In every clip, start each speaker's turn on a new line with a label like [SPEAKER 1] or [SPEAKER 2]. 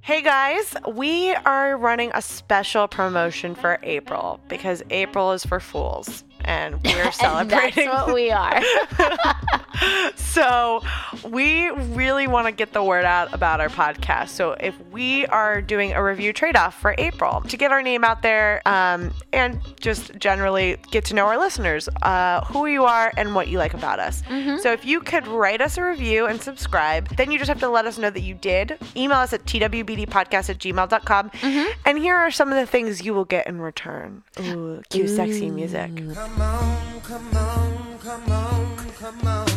[SPEAKER 1] Hey guys, we are running a special promotion for April because April is for fools and we're celebrating.
[SPEAKER 2] That's what we are.
[SPEAKER 1] so we really want to get the word out about our podcast. So if we are doing a review trade off for April to get our name out there um, and just generally get to know our listeners, uh, who you are and what you like about us. So if you could write us a review and subscribe, then you just have to let us know that you did. Email us at twbdpodcast at gmail.com. And here are some of the things you will get in return. Ooh, cue sexy music.
[SPEAKER 3] Come on, come on, come on, come on.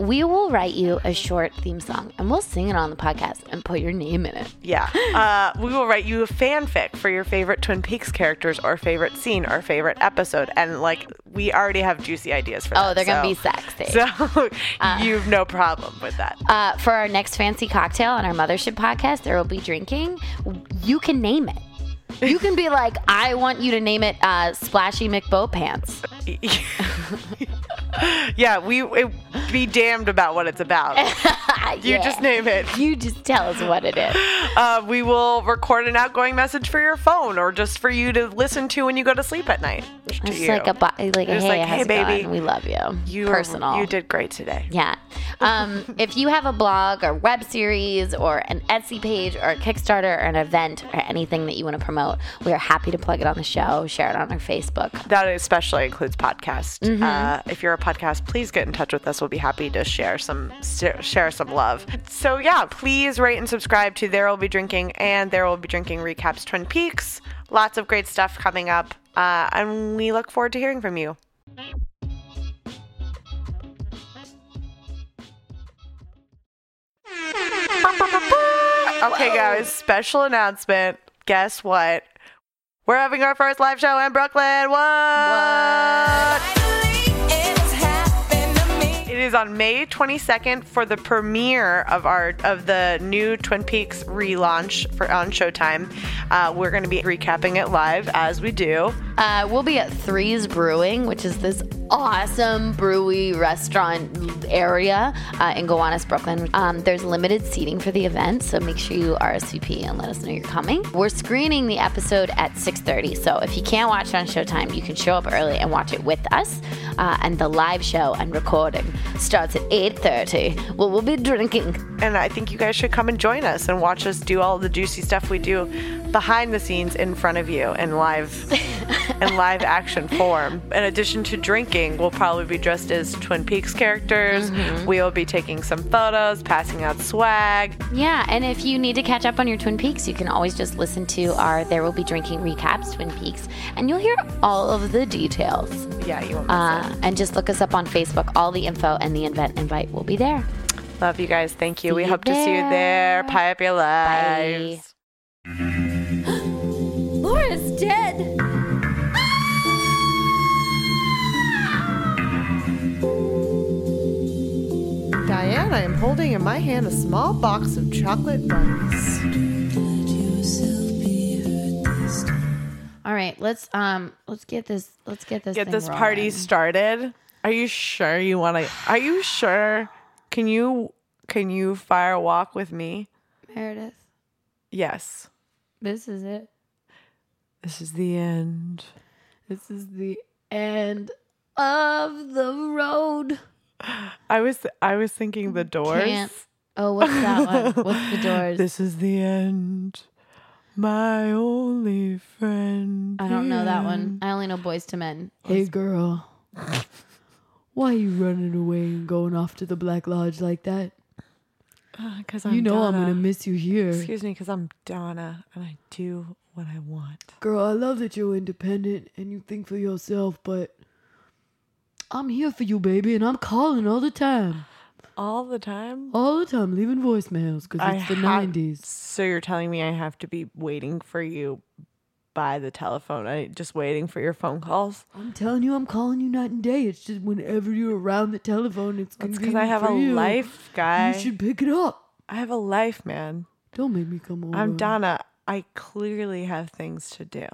[SPEAKER 2] we will write you a short theme song and we'll sing it on the podcast and put your name in it.
[SPEAKER 1] Yeah. Uh, we will write you a fanfic for your favorite Twin Peaks characters or favorite scene or favorite episode. And like, we already have juicy ideas for that.
[SPEAKER 2] Oh, they're going to be
[SPEAKER 1] so-
[SPEAKER 2] sexy.
[SPEAKER 1] So you've no problem with that.
[SPEAKER 2] uh, for our next fancy cocktail on our mothership podcast, there will be drinking. You can name it. You can be like, I want you to name it uh, Splashy McBow Pants.
[SPEAKER 1] yeah, we it, be damned about what it's about. You
[SPEAKER 2] Uh, Yeah.
[SPEAKER 1] just name it.
[SPEAKER 2] You just tell us what it is.
[SPEAKER 1] Uh, we will record an outgoing message for your phone or just for you to listen to when you go to sleep at night. To
[SPEAKER 2] It's
[SPEAKER 1] you.
[SPEAKER 2] like a bo- like a,
[SPEAKER 1] It's
[SPEAKER 2] hey,
[SPEAKER 1] like,
[SPEAKER 2] how's
[SPEAKER 1] hey,
[SPEAKER 2] it going?
[SPEAKER 1] baby,
[SPEAKER 2] we love you.
[SPEAKER 1] you are-
[SPEAKER 2] personal.
[SPEAKER 1] You did great today.
[SPEAKER 2] Yeah. Um, if you have a blog or web series or an Etsy page or a Kickstarter or an event or anything that you want to promote, we are happy to plug it on the show, share it on our Facebook.
[SPEAKER 1] That especially includes podcasts. Uh, if you're a podcast, please get in touch with us. We'll be happy to share some share share some love. So yeah, please rate and subscribe to There Will Be Drinking and There Will Be Drinking recaps Twin Peaks. Lots of great stuff coming up, uh, and we look forward to hearing from you. Okay, guys, special announcement. Guess what? We're having our first live show in Brooklyn. What? It is on May 22nd for the premiere of our of the new Twin Peaks relaunch for on Showtime. Uh, we're going to be recapping it live as we do.
[SPEAKER 2] Uh, we'll be at Threes Brewing, which is this awesome brewery restaurant area uh, in Gowanus, Brooklyn. Um, there's limited seating for the event, so make sure you RSVP and let us know you're coming. We're screening the episode at 6:30, so if you can't watch it on Showtime, you can show up early and watch it with us. Uh, and the live show and recording starts at 8:30. Well, we'll be drinking.
[SPEAKER 1] And I think you guys should come and join us and watch us do all the juicy stuff we do behind the scenes in front of you in live in live action form. In addition to drinking, we'll probably be dressed as Twin Peaks characters. We will be taking some photos, passing out swag.
[SPEAKER 2] Yeah, and if you need to catch up on your Twin Peaks, you can always just listen to our There Will Be Drinking recaps, Twin Peaks, and you'll hear all of the details.
[SPEAKER 1] Yeah, you won't miss
[SPEAKER 2] Uh, and just look us up on Facebook. All the info and the event invite will be there.
[SPEAKER 1] it. Love you guys. Thank you. We
[SPEAKER 2] you
[SPEAKER 1] hope to see you
[SPEAKER 2] there.
[SPEAKER 1] there. Pie up your lives.
[SPEAKER 2] Laura's dead.
[SPEAKER 4] Diane, I am holding in my hand a small box of chocolate bunnies.
[SPEAKER 2] All right, let's um, let's get this, let's get this,
[SPEAKER 1] Get
[SPEAKER 2] thing
[SPEAKER 1] this party
[SPEAKER 2] rolling.
[SPEAKER 1] started. Are you sure you want to? Are you sure? Can you can you fire walk with me?
[SPEAKER 2] Meredith,
[SPEAKER 1] Yes.
[SPEAKER 2] this is it.
[SPEAKER 1] This is the end.
[SPEAKER 2] This is the end of the road.
[SPEAKER 1] I was I was thinking the doors.
[SPEAKER 2] Can't. Oh, what's that one? What's the doors?
[SPEAKER 1] This is the end. My only friend.
[SPEAKER 2] I don't know that one. I only know Boys to Men. Hey, girl.
[SPEAKER 5] Why are you running away and going off to the Black Lodge like that?
[SPEAKER 1] Because
[SPEAKER 5] you know I'm gonna miss you here.
[SPEAKER 1] Excuse me, because I'm Donna and I do what I want.
[SPEAKER 5] Girl, I love that you're independent and you think for yourself, but I'm here for you, baby, and I'm calling all the time.
[SPEAKER 1] All the time.
[SPEAKER 5] All the time, leaving voicemails because
[SPEAKER 1] I
[SPEAKER 5] it's the
[SPEAKER 1] ha-
[SPEAKER 5] 90s.
[SPEAKER 1] So you're telling me I have to be waiting for you by the telephone? I just waiting for your phone calls?
[SPEAKER 5] I'm telling you, I'm calling you night and day. It's just whenever you're around the telephone,
[SPEAKER 1] It's
[SPEAKER 5] it's convenient
[SPEAKER 1] because I have
[SPEAKER 5] for
[SPEAKER 1] a
[SPEAKER 5] you.
[SPEAKER 1] life, guy.
[SPEAKER 5] You should pick it up.
[SPEAKER 1] I have a life, man.
[SPEAKER 5] Don't make me come over.
[SPEAKER 1] I'm Donna. I clearly have things to do.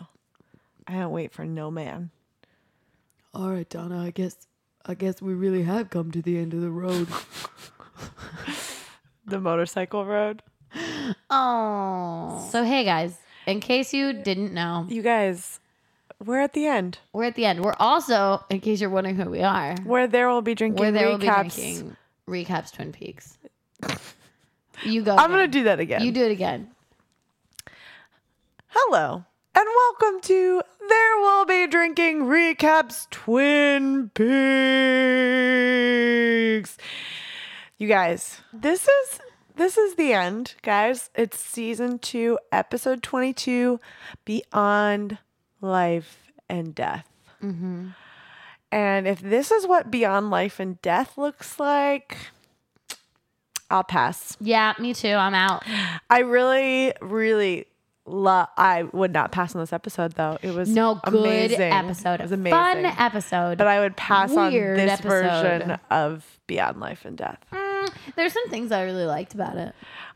[SPEAKER 1] I don't wait for no man.
[SPEAKER 5] All right, Donna. I guess, I guess we really have come to the end of the road.
[SPEAKER 1] the motorcycle road.
[SPEAKER 6] Oh. So, hey, guys, in case you didn't know,
[SPEAKER 1] You guys, we're at the end.
[SPEAKER 6] we're at the end. We're also, in case you're wondering who we are,
[SPEAKER 1] Where there will be drinking
[SPEAKER 6] where there will be
[SPEAKER 1] recaps.
[SPEAKER 6] drinking recaps Twin Peaks. You go.
[SPEAKER 1] I'm gonna
[SPEAKER 6] again.
[SPEAKER 1] do that again.
[SPEAKER 6] You do it again.
[SPEAKER 1] Hello and welcome to There Will Be Drinking Recaps Twin Peaks. You guys, this is this is the end, guys. It's season 2, episode 22, Beyond Life and Death. And if this is what Beyond Life and Death looks like, I'll pass.
[SPEAKER 6] Yeah, me too. I'm out.
[SPEAKER 1] I really, really love. I would not pass on this episode though. It was
[SPEAKER 6] No good
[SPEAKER 1] amazing.
[SPEAKER 6] episode.
[SPEAKER 1] It was amazing.
[SPEAKER 6] Fun episode.
[SPEAKER 1] but I would pass on
[SPEAKER 6] Weird
[SPEAKER 1] this
[SPEAKER 6] episode.
[SPEAKER 1] version of Beyond Life and Death.
[SPEAKER 6] There's some things I really liked about it.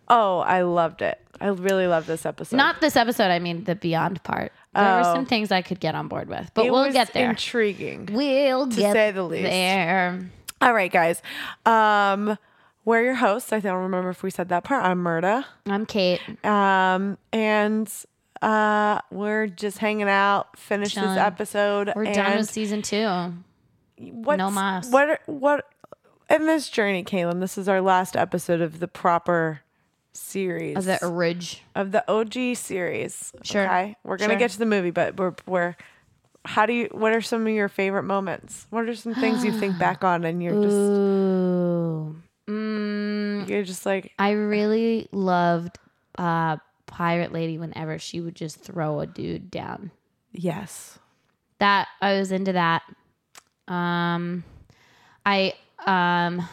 [SPEAKER 1] Oh, I loved it. I really loved this episode.
[SPEAKER 6] Not this episode. I mean the Beyond part. There were
[SPEAKER 1] Oh.
[SPEAKER 6] some things I could get on board with, but
[SPEAKER 1] It
[SPEAKER 6] we'll
[SPEAKER 1] was
[SPEAKER 6] get there.
[SPEAKER 1] Intriguing.
[SPEAKER 6] we'll get
[SPEAKER 1] say the least.
[SPEAKER 6] there.
[SPEAKER 1] All right, guys. Um, we're your hosts. I don't remember if we said that part. I'm Murda.
[SPEAKER 6] I'm Kate.
[SPEAKER 1] Um, and uh, we're just hanging out. Finish this
[SPEAKER 6] Chilling.
[SPEAKER 1] episode.
[SPEAKER 6] We're
[SPEAKER 1] and
[SPEAKER 6] done with season two.
[SPEAKER 1] What's,
[SPEAKER 6] mas.
[SPEAKER 1] What are- what in this journey, Caitlin? This is our last episode of the proper series
[SPEAKER 6] Of the Ridge.
[SPEAKER 1] of the OG series.
[SPEAKER 6] Sure.
[SPEAKER 1] okay? we're gonna
[SPEAKER 6] Sure.
[SPEAKER 1] get to the movie, but we're we're. How do you? What are some of your favorite moments? What are some things you think back on, and you're just
[SPEAKER 6] Ooh. Mm,
[SPEAKER 1] you're just like
[SPEAKER 6] I really loved uh, Pirate Lady whenever she would just throw a dude down.
[SPEAKER 1] yes,
[SPEAKER 6] That I was into that. Um, I um,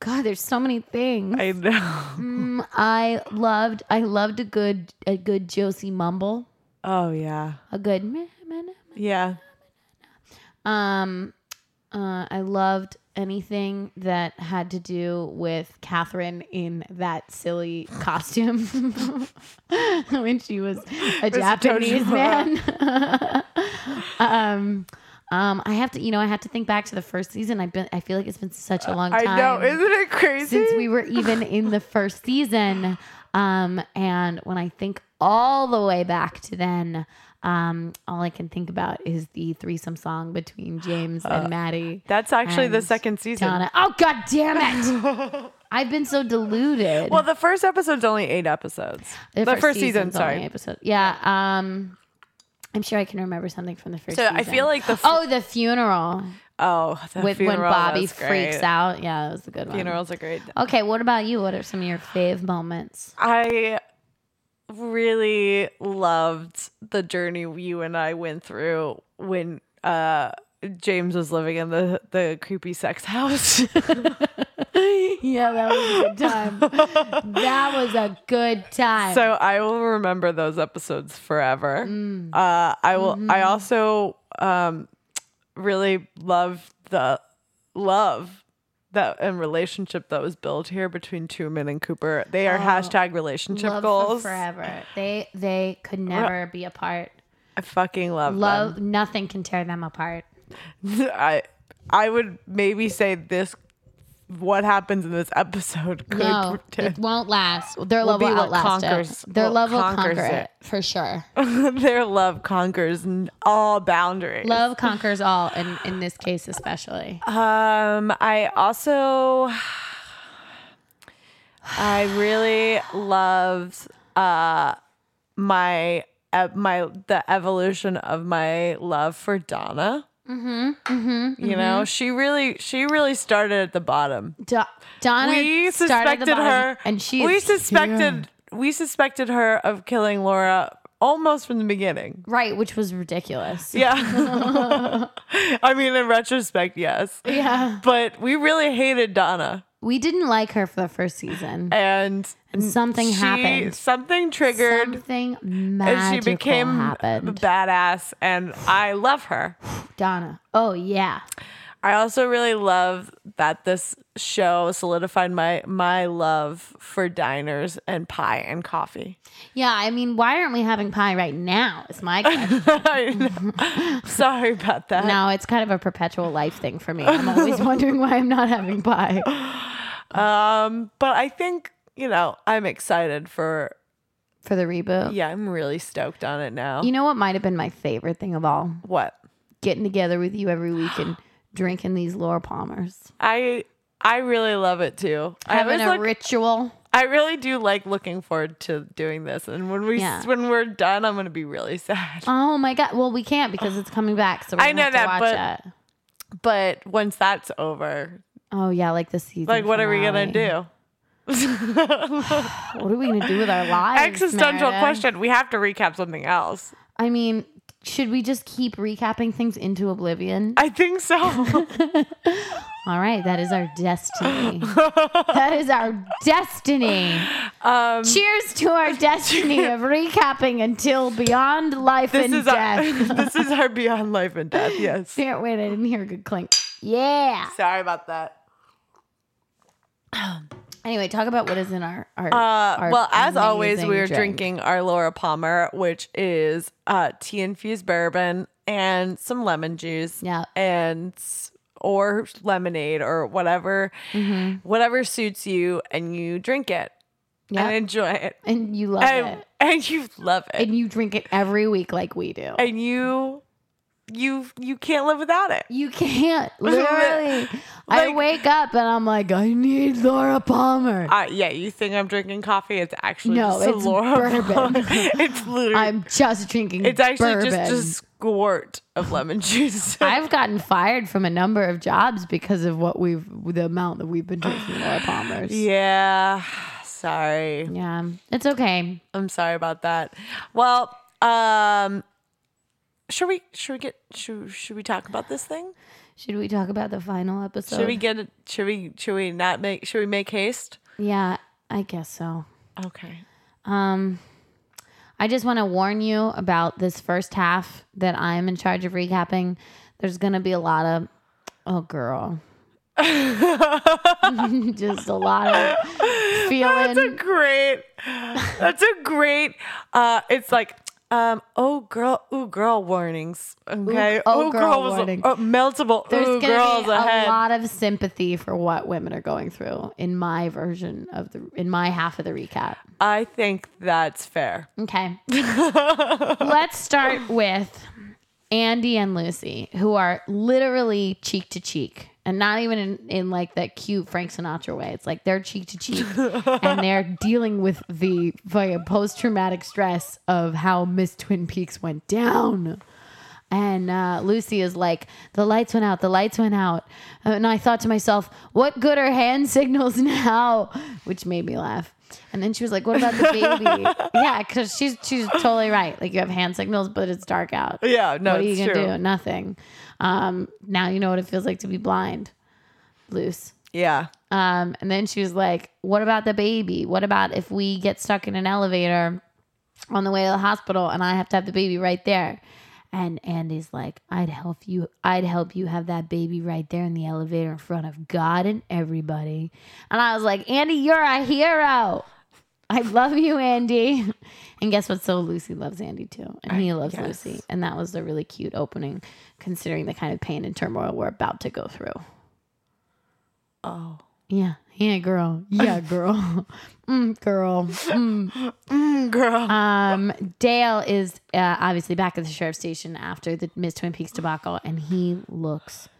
[SPEAKER 6] God, there's so many things.
[SPEAKER 1] I know.
[SPEAKER 6] Mm, I loved I loved a good a good Josie mumble.
[SPEAKER 1] Oh yeah,
[SPEAKER 6] A good meh, meh, meh.
[SPEAKER 1] yeah.
[SPEAKER 6] Um, uh, I loved anything that had to do with Catherine in that silly costume when she was a Japanese
[SPEAKER 1] Tojima.
[SPEAKER 6] man. um, um, I have to, you know, I had to think back to the first season. I've been, I feel like it's been such a long time
[SPEAKER 1] Uh, I know. Isn't it crazy?
[SPEAKER 6] since we were even in the first season. Um, and when I think all the way back to then, um, all I can think about is the threesome song between James and Maddie.
[SPEAKER 1] That's actually the
[SPEAKER 6] and
[SPEAKER 1] second Uh, season.
[SPEAKER 6] Donna. Oh god damn it! I've been so deluded.
[SPEAKER 1] Well, the first episode's only eight episodes. The, first, season,
[SPEAKER 6] season's only
[SPEAKER 1] sorry.
[SPEAKER 6] episode. Yeah. Um, I'm sure I can remember something from the first.
[SPEAKER 1] So
[SPEAKER 6] season.
[SPEAKER 1] I feel like the f-
[SPEAKER 6] oh the funeral
[SPEAKER 1] Oh, the
[SPEAKER 6] with when
[SPEAKER 1] funeral
[SPEAKER 6] Bobby
[SPEAKER 1] was
[SPEAKER 6] freaks
[SPEAKER 1] great.
[SPEAKER 6] out. Yeah, that was a good one.
[SPEAKER 1] Funerals are great.
[SPEAKER 6] Okay, what about you? What are some of your fave moments?
[SPEAKER 1] I really loved the journey you and I went through when uh, James was living in the, the creepy sex house.
[SPEAKER 6] Yeah, that was a good time. that was a good time.
[SPEAKER 1] so I will remember those episodes forever.
[SPEAKER 6] Mm.
[SPEAKER 1] Uh, I will. I
[SPEAKER 6] Mm-hmm.
[SPEAKER 1] also um, really love the love that and relationship that was built here between Truman and Cooper. They are hashtag relationship
[SPEAKER 6] Oh, love
[SPEAKER 1] goals.
[SPEAKER 6] for forever. They they could never be apart.
[SPEAKER 1] I fucking love, love.
[SPEAKER 6] Love nothing can tear them apart.
[SPEAKER 1] I I would maybe say this what happens in this episode could
[SPEAKER 6] No, it won't last. Their love
[SPEAKER 1] be
[SPEAKER 6] will
[SPEAKER 1] what
[SPEAKER 6] outlast
[SPEAKER 1] conquers-
[SPEAKER 6] it. Their
[SPEAKER 1] what
[SPEAKER 6] love will
[SPEAKER 1] conquers
[SPEAKER 6] conquer it.
[SPEAKER 1] it.
[SPEAKER 6] for sure.
[SPEAKER 1] their love conquers n- all boundaries.
[SPEAKER 6] love conquers all, and in this case especially.
[SPEAKER 1] Um I also I really loved uh my uh, my the evolution of my love for Donna. Mm-hmm, mm-hmm, you know, she really she really started at the bottom.
[SPEAKER 6] Do- Donna
[SPEAKER 1] we
[SPEAKER 6] started at
[SPEAKER 1] suspected
[SPEAKER 6] the bottom,
[SPEAKER 1] her
[SPEAKER 6] and she.
[SPEAKER 1] we
[SPEAKER 6] is
[SPEAKER 1] suspected we suspected her of killing laura almost from the beginning
[SPEAKER 6] right, which was ridiculous.
[SPEAKER 1] yeah i mean in retrospect yes
[SPEAKER 6] yeah,
[SPEAKER 1] but we really hated donna
[SPEAKER 6] we didn't like her for the first season.
[SPEAKER 1] and
[SPEAKER 6] And something
[SPEAKER 1] she-
[SPEAKER 6] happened.
[SPEAKER 1] something triggered
[SPEAKER 6] Something
[SPEAKER 1] and she
[SPEAKER 6] magical
[SPEAKER 1] became
[SPEAKER 6] happened.
[SPEAKER 1] badass and i love her
[SPEAKER 6] Donna. Oh yeah.
[SPEAKER 1] i also really love that this show solidified my my love for diners and pie and coffee
[SPEAKER 6] Yeah, I mean, why aren't we having pie right now? Is my question.
[SPEAKER 1] I know. Sorry about that.
[SPEAKER 6] no, it's kind of a perpetual life thing for me. I'm always wondering why I'm not having pie.
[SPEAKER 1] Um, but I think, you know, I'm excited for
[SPEAKER 6] for the reboot.
[SPEAKER 1] yeah, I'm really stoked on it now.
[SPEAKER 6] You know what might have been my favorite thing of all?
[SPEAKER 1] what?
[SPEAKER 6] Getting together with you every week and drinking these Laura Palmers.
[SPEAKER 1] I I really love it too. I
[SPEAKER 6] Having
[SPEAKER 1] always
[SPEAKER 6] a
[SPEAKER 1] look,
[SPEAKER 6] ritual.
[SPEAKER 1] I really do like looking forward to doing this. And when we
[SPEAKER 6] Yeah.
[SPEAKER 1] when we're done, I'm gonna be really sad.
[SPEAKER 6] Oh my god. Well, we can't because it's coming back, so we're
[SPEAKER 1] I
[SPEAKER 6] gonna have
[SPEAKER 1] know
[SPEAKER 6] to
[SPEAKER 1] that,
[SPEAKER 6] watch it.
[SPEAKER 1] But once that's over,
[SPEAKER 6] Oh yeah, like the season.
[SPEAKER 1] like what are we gonna
[SPEAKER 6] finale.
[SPEAKER 1] do?
[SPEAKER 6] What are we gonna do with our lives?
[SPEAKER 1] Existential
[SPEAKER 6] Meredith?
[SPEAKER 1] question. We have to recap something else.
[SPEAKER 6] I mean, should we just keep recapping things into oblivion?
[SPEAKER 1] I think so.
[SPEAKER 6] All right, that is our destiny. that is our destiny.
[SPEAKER 1] Um,
[SPEAKER 6] Cheers to our destiny of recapping until beyond life
[SPEAKER 1] this
[SPEAKER 6] and
[SPEAKER 1] is
[SPEAKER 6] death.
[SPEAKER 1] our this is our beyond life and death, yes.
[SPEAKER 6] Can't wait, I didn't hear a good clink. Yeah.
[SPEAKER 1] Sorry about that.
[SPEAKER 6] Anyway, talk about what is in our our.
[SPEAKER 1] Uh,
[SPEAKER 6] our
[SPEAKER 1] well, as always,
[SPEAKER 6] amazing
[SPEAKER 1] we are
[SPEAKER 6] drink.
[SPEAKER 1] drinking our Laura Palmer, which is uh, tea infused bourbon and some lemon juice.
[SPEAKER 6] Yeah.
[SPEAKER 1] And s- or lemonade or whatever,
[SPEAKER 6] Mm-hmm.
[SPEAKER 1] whatever suits you, and you drink it
[SPEAKER 6] Yeah.
[SPEAKER 1] and enjoy it,
[SPEAKER 6] and you love
[SPEAKER 1] and,
[SPEAKER 6] it,
[SPEAKER 1] and you love it,
[SPEAKER 6] and you drink it every week like we do.
[SPEAKER 1] and you you you can't live without it.
[SPEAKER 6] You can't literally. I
[SPEAKER 1] Like-
[SPEAKER 6] wake up and I'm like, I need Laura Palmer.
[SPEAKER 1] Uh, yeah, you think I'm drinking coffee? It's actually
[SPEAKER 6] No,
[SPEAKER 1] just a
[SPEAKER 6] it's
[SPEAKER 1] Laura
[SPEAKER 6] bourbon.
[SPEAKER 1] Palmer. it's literally
[SPEAKER 6] I'm just drinking.
[SPEAKER 1] It's actually
[SPEAKER 6] bourbon.
[SPEAKER 1] just a squirt of lemon juice.
[SPEAKER 6] I've gotten fired from a number of jobs because of what we've the amount that we've been drinking Laura Palmer's.
[SPEAKER 1] yeah. Sorry.
[SPEAKER 6] Yeah, it's okay.
[SPEAKER 1] I'm sorry about that. Well, um should we should we get should, should we talk about this thing?
[SPEAKER 6] Should we talk about the final episode?
[SPEAKER 1] Should we get it should we should we not make should we make haste?
[SPEAKER 6] yeah, I guess so.
[SPEAKER 1] Okay.
[SPEAKER 6] Um, I just want to warn you about this first half that I'm in charge of recapping. There's going to be a lot of, oh, girl. just a lot of feeling.
[SPEAKER 1] That's a great that's a great uh it's like um oh girl ooh girl warnings. Okay.
[SPEAKER 6] oh, girl
[SPEAKER 1] was a-
[SPEAKER 6] warnings.
[SPEAKER 1] uh, multiple
[SPEAKER 6] There's
[SPEAKER 1] ooh
[SPEAKER 6] going to
[SPEAKER 1] girls
[SPEAKER 6] be a
[SPEAKER 1] ahead.
[SPEAKER 6] lot of sympathy for what women are going through in my version of the, in my half of the recap.
[SPEAKER 1] I think that's fair.
[SPEAKER 6] Okay. Let's start with Andy and Lucy, who are literally cheek to cheek. And not even in, in like that cute Frank Sinatra way. It's like they're cheek to cheek and they're dealing with the post traumatic stress of how Miss Twin Peaks went down. And uh, Lucy is like, the lights went out, the lights went out. Uh, And I thought to myself, what good are hand signals now? Which made me laugh. And then she was like, what about the baby? yeah, because she's, she's totally right. Like, you have hand signals, but it's dark out.
[SPEAKER 1] Yeah, no,
[SPEAKER 6] what are you
[SPEAKER 1] it's
[SPEAKER 6] gonna
[SPEAKER 1] true.
[SPEAKER 6] do? Nothing. Um, now you know what it feels like to be blind. Loose.
[SPEAKER 1] Yeah.
[SPEAKER 6] Um, and then she was like, What about the baby? What about if we get stuck in an elevator on the way to the hospital and I have to have the baby right there? And Andy's like, I'd help you I'd help you have that baby right there in the elevator in front of God and everybody. And I was like, Andy, you're a hero. I love you, Andy. And guess what? So Lucy loves Andy too. And he loves Lucy. And that was a really cute opening considering the kind of pain and turmoil we're about to go through.
[SPEAKER 1] Oh.
[SPEAKER 6] Yeah. Yeah, girl. Yeah, girl. mm, girl.
[SPEAKER 1] Girl.
[SPEAKER 6] Um, Dale is uh, obviously back at the sheriff's station after the Miss Twin Peaks debacle, and he looks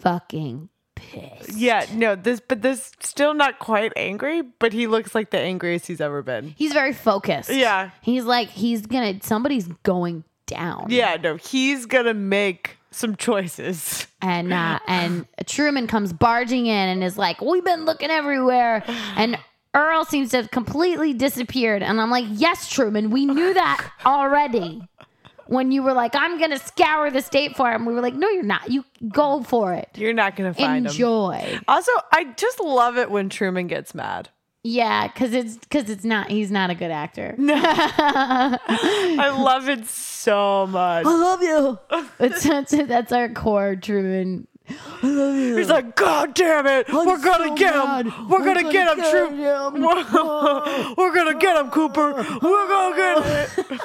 [SPEAKER 6] fucking pissed.
[SPEAKER 1] Yeah, no, this, but this still not quite angry, but he looks like the angriest he's ever been.
[SPEAKER 6] He's very focused.
[SPEAKER 1] Yeah.
[SPEAKER 6] He's like, he's gonna, somebody's going down.
[SPEAKER 1] Yeah, no, he's gonna make some choices.
[SPEAKER 6] and uh, and Truman comes barging in and is like, "We've been looking everywhere," and Earl seems to have completely disappeared. And I'm like, "Yes, Truman, we knew that already." When you were like, "I'm gonna scour the state for him," we were like, "No, you're not. You go for it.
[SPEAKER 1] You're not gonna find him.
[SPEAKER 6] Enjoy."
[SPEAKER 1] Also, I just love it when Truman gets mad.
[SPEAKER 6] Yeah, because it's because it's not. He's not a good actor.
[SPEAKER 1] I love it so much.
[SPEAKER 6] I love you. It's, that's that's our core Truman.
[SPEAKER 1] He's like, God damn it, we're gonna
[SPEAKER 5] so
[SPEAKER 1] get him,
[SPEAKER 5] mad.
[SPEAKER 1] we're
[SPEAKER 5] I'm
[SPEAKER 1] gonna,
[SPEAKER 5] gonna
[SPEAKER 1] get him,
[SPEAKER 5] get
[SPEAKER 1] Truman,
[SPEAKER 5] him."
[SPEAKER 1] we're, we're gonna get him, Cooper, we're gonna get him.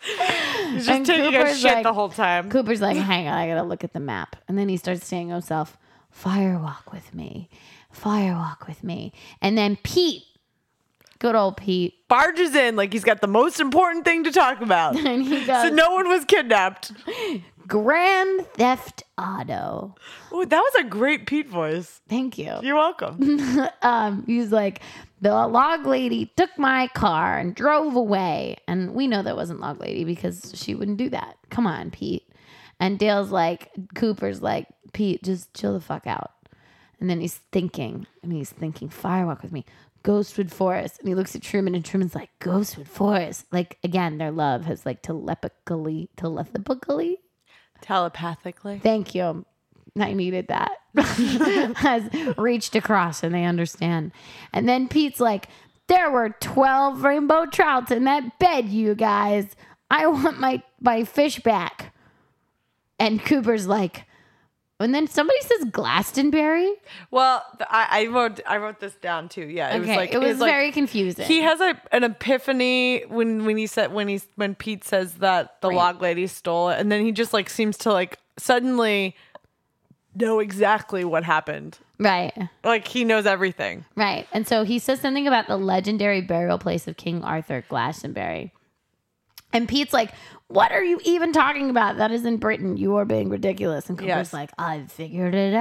[SPEAKER 1] He's just
[SPEAKER 6] And
[SPEAKER 1] taking a
[SPEAKER 6] Cooper's
[SPEAKER 1] shit
[SPEAKER 6] like-
[SPEAKER 1] the whole time.
[SPEAKER 6] Cooper's like, hang on, I gotta look at the map. And then he starts saying to himself, Firewalk with me. firewalk with me. And then Pete, good old Pete,
[SPEAKER 1] Barges in like he's got the most important thing to talk about.
[SPEAKER 6] and he
[SPEAKER 1] so
[SPEAKER 6] goes,
[SPEAKER 1] no one was kidnapped.
[SPEAKER 6] Grand Theft Auto.
[SPEAKER 1] Ooh, that was a great Pete voice.
[SPEAKER 6] Thank you.
[SPEAKER 1] You're welcome.
[SPEAKER 6] um, he's like, the log lady took my car and drove away. And we know that wasn't log lady because she wouldn't do that. Come on, Pete. And Dale's like, Cooper's like, Pete, just chill the fuck out. And then he's thinking, and he's thinking, Firewalk with me, Ghostwood Forest. And he looks at Truman, and Truman's like, Ghostwood Forest. Like, again, their love has like telepathically, telepathically
[SPEAKER 1] Telepathically.
[SPEAKER 6] Thank you. I needed that. Has reached across and they understand. And then Pete's like, There were 12 rainbow trouts in that bed, you guys. I want my, my fish back. And Cooper's like, and then somebody says Glastonbury.
[SPEAKER 1] Well, th- I, I wrote I wrote this down too. Yeah, it was
[SPEAKER 6] Okay,
[SPEAKER 1] like
[SPEAKER 6] it was
[SPEAKER 1] like-
[SPEAKER 6] very confusing.
[SPEAKER 1] He has a, an epiphany when when he said when he's when Pete says that the log lady stole it, and then he just like seems to like suddenly know exactly what happened.
[SPEAKER 6] Right,
[SPEAKER 1] Like he knows everything.
[SPEAKER 6] right. And so he says something about the legendary burial place of King Arthur, Glastonbury. And Pete's like, What are you even talking about? That is in Britain. You are being ridiculous. And Cooper's
[SPEAKER 1] Yes.
[SPEAKER 6] like, I figured it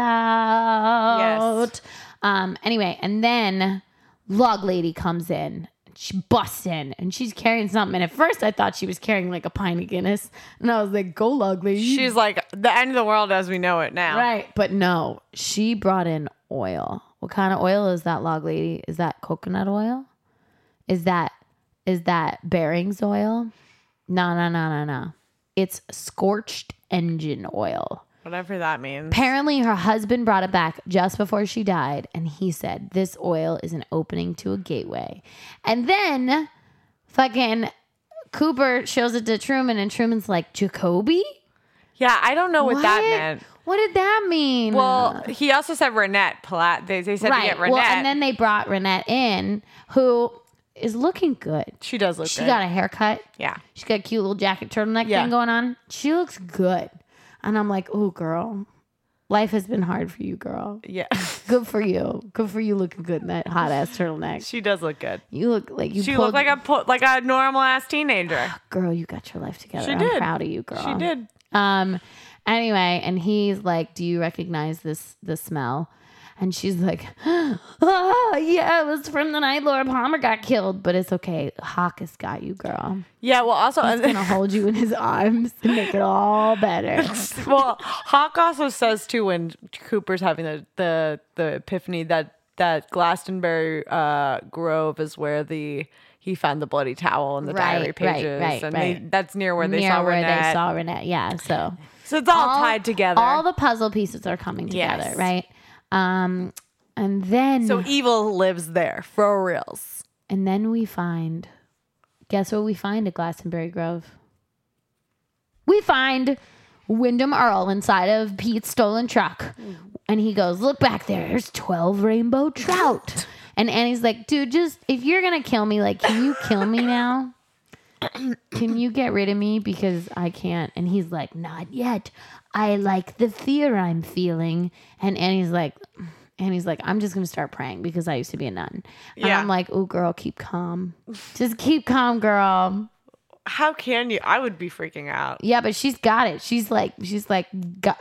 [SPEAKER 6] out.
[SPEAKER 1] Yes.
[SPEAKER 6] Um, anyway, and then Log Lady comes in. She busts in and she's carrying something. And at first, I thought she was carrying like a pint of Guinness. And I was like, Go, Log Lady. you
[SPEAKER 1] She's like the end of the world as we know it now.
[SPEAKER 6] Right. But no, she brought in oil. What kind of oil is that, log lady? Is that coconut oil? Is that is that Bearings oil? No, no, no, no, no. It's scorched engine oil.
[SPEAKER 1] Whatever that means.
[SPEAKER 6] Apparently, her husband brought it back just before she died, and he said, This oil is an opening to a gateway. And then fucking Cooper shows it to Truman, and Truman's like, Jacoby?
[SPEAKER 1] yeah, I don't know what, that
[SPEAKER 6] What?
[SPEAKER 1] meant.
[SPEAKER 6] What did that mean?
[SPEAKER 1] Well, he also said Renette Palat. They, they said to get Renette.
[SPEAKER 6] Well, and then they brought Renette in, who is looking good.
[SPEAKER 1] she does look.
[SPEAKER 6] She
[SPEAKER 1] good.
[SPEAKER 6] got a haircut.
[SPEAKER 1] yeah.
[SPEAKER 6] She's got a cute little jacket turtleneck
[SPEAKER 1] Yeah.
[SPEAKER 6] thing going on. She looks good. And I'm like, oh, girl, life has been hard for you, girl.
[SPEAKER 1] Yeah,
[SPEAKER 6] Good for you. Good for you looking good in that hot ass turtleneck.
[SPEAKER 1] she does look good.
[SPEAKER 6] You look like you
[SPEAKER 1] She
[SPEAKER 6] pulled,
[SPEAKER 1] looked like a po- like a normal ass teenager.
[SPEAKER 6] girl, you got your life together.
[SPEAKER 1] She
[SPEAKER 6] I'm
[SPEAKER 1] did.
[SPEAKER 6] proud of you, girl.
[SPEAKER 1] She did.
[SPEAKER 6] Um, anyway, and he's like, "Do you recognize this the smell?" And she's like, "Oh yeah, it was from the night Laura Palmer got killed, but it's okay. Hawkus got you, girl.
[SPEAKER 1] Yeah. Well, also
[SPEAKER 6] He's gonna hold you in his arms and make it all better."
[SPEAKER 1] well, Hawk also says too when Cooper's having the the, the epiphany that that Glastonbury uh, Grove is where the he found the bloody towel in the
[SPEAKER 6] Right,
[SPEAKER 1] diary
[SPEAKER 6] right,
[SPEAKER 1] pages,
[SPEAKER 6] right,
[SPEAKER 1] and They,
[SPEAKER 6] right.
[SPEAKER 1] that's near where they
[SPEAKER 6] Near
[SPEAKER 1] saw
[SPEAKER 6] where
[SPEAKER 1] Renette.
[SPEAKER 6] they saw Renette, yeah. So
[SPEAKER 1] so it's all, tied together.
[SPEAKER 6] All the puzzle pieces are coming
[SPEAKER 1] Yes.
[SPEAKER 6] together, right? Um, and then
[SPEAKER 1] so evil lives there for reals.
[SPEAKER 6] and then we find, guess what we find at Glastonbury Grove? We find Wyndham Earl inside of Pete's stolen truck. And he goes, Look back there, there's 12 rainbow trout. And Annie's like, Dude, just if you're going to kill me, like, can you kill me now? Can you get rid of me? Because I can't. And he's like, Not yet. I like the fear I'm feeling. And Annie's like, Annie's like, I'm just going to start praying because I used to be a nun. And
[SPEAKER 1] Yeah.
[SPEAKER 6] I'm like, Oh, girl, keep calm. Just keep calm, girl.
[SPEAKER 1] How can you? I would be freaking out.
[SPEAKER 6] Yeah, but she's got it. She's like, she's like, "Go-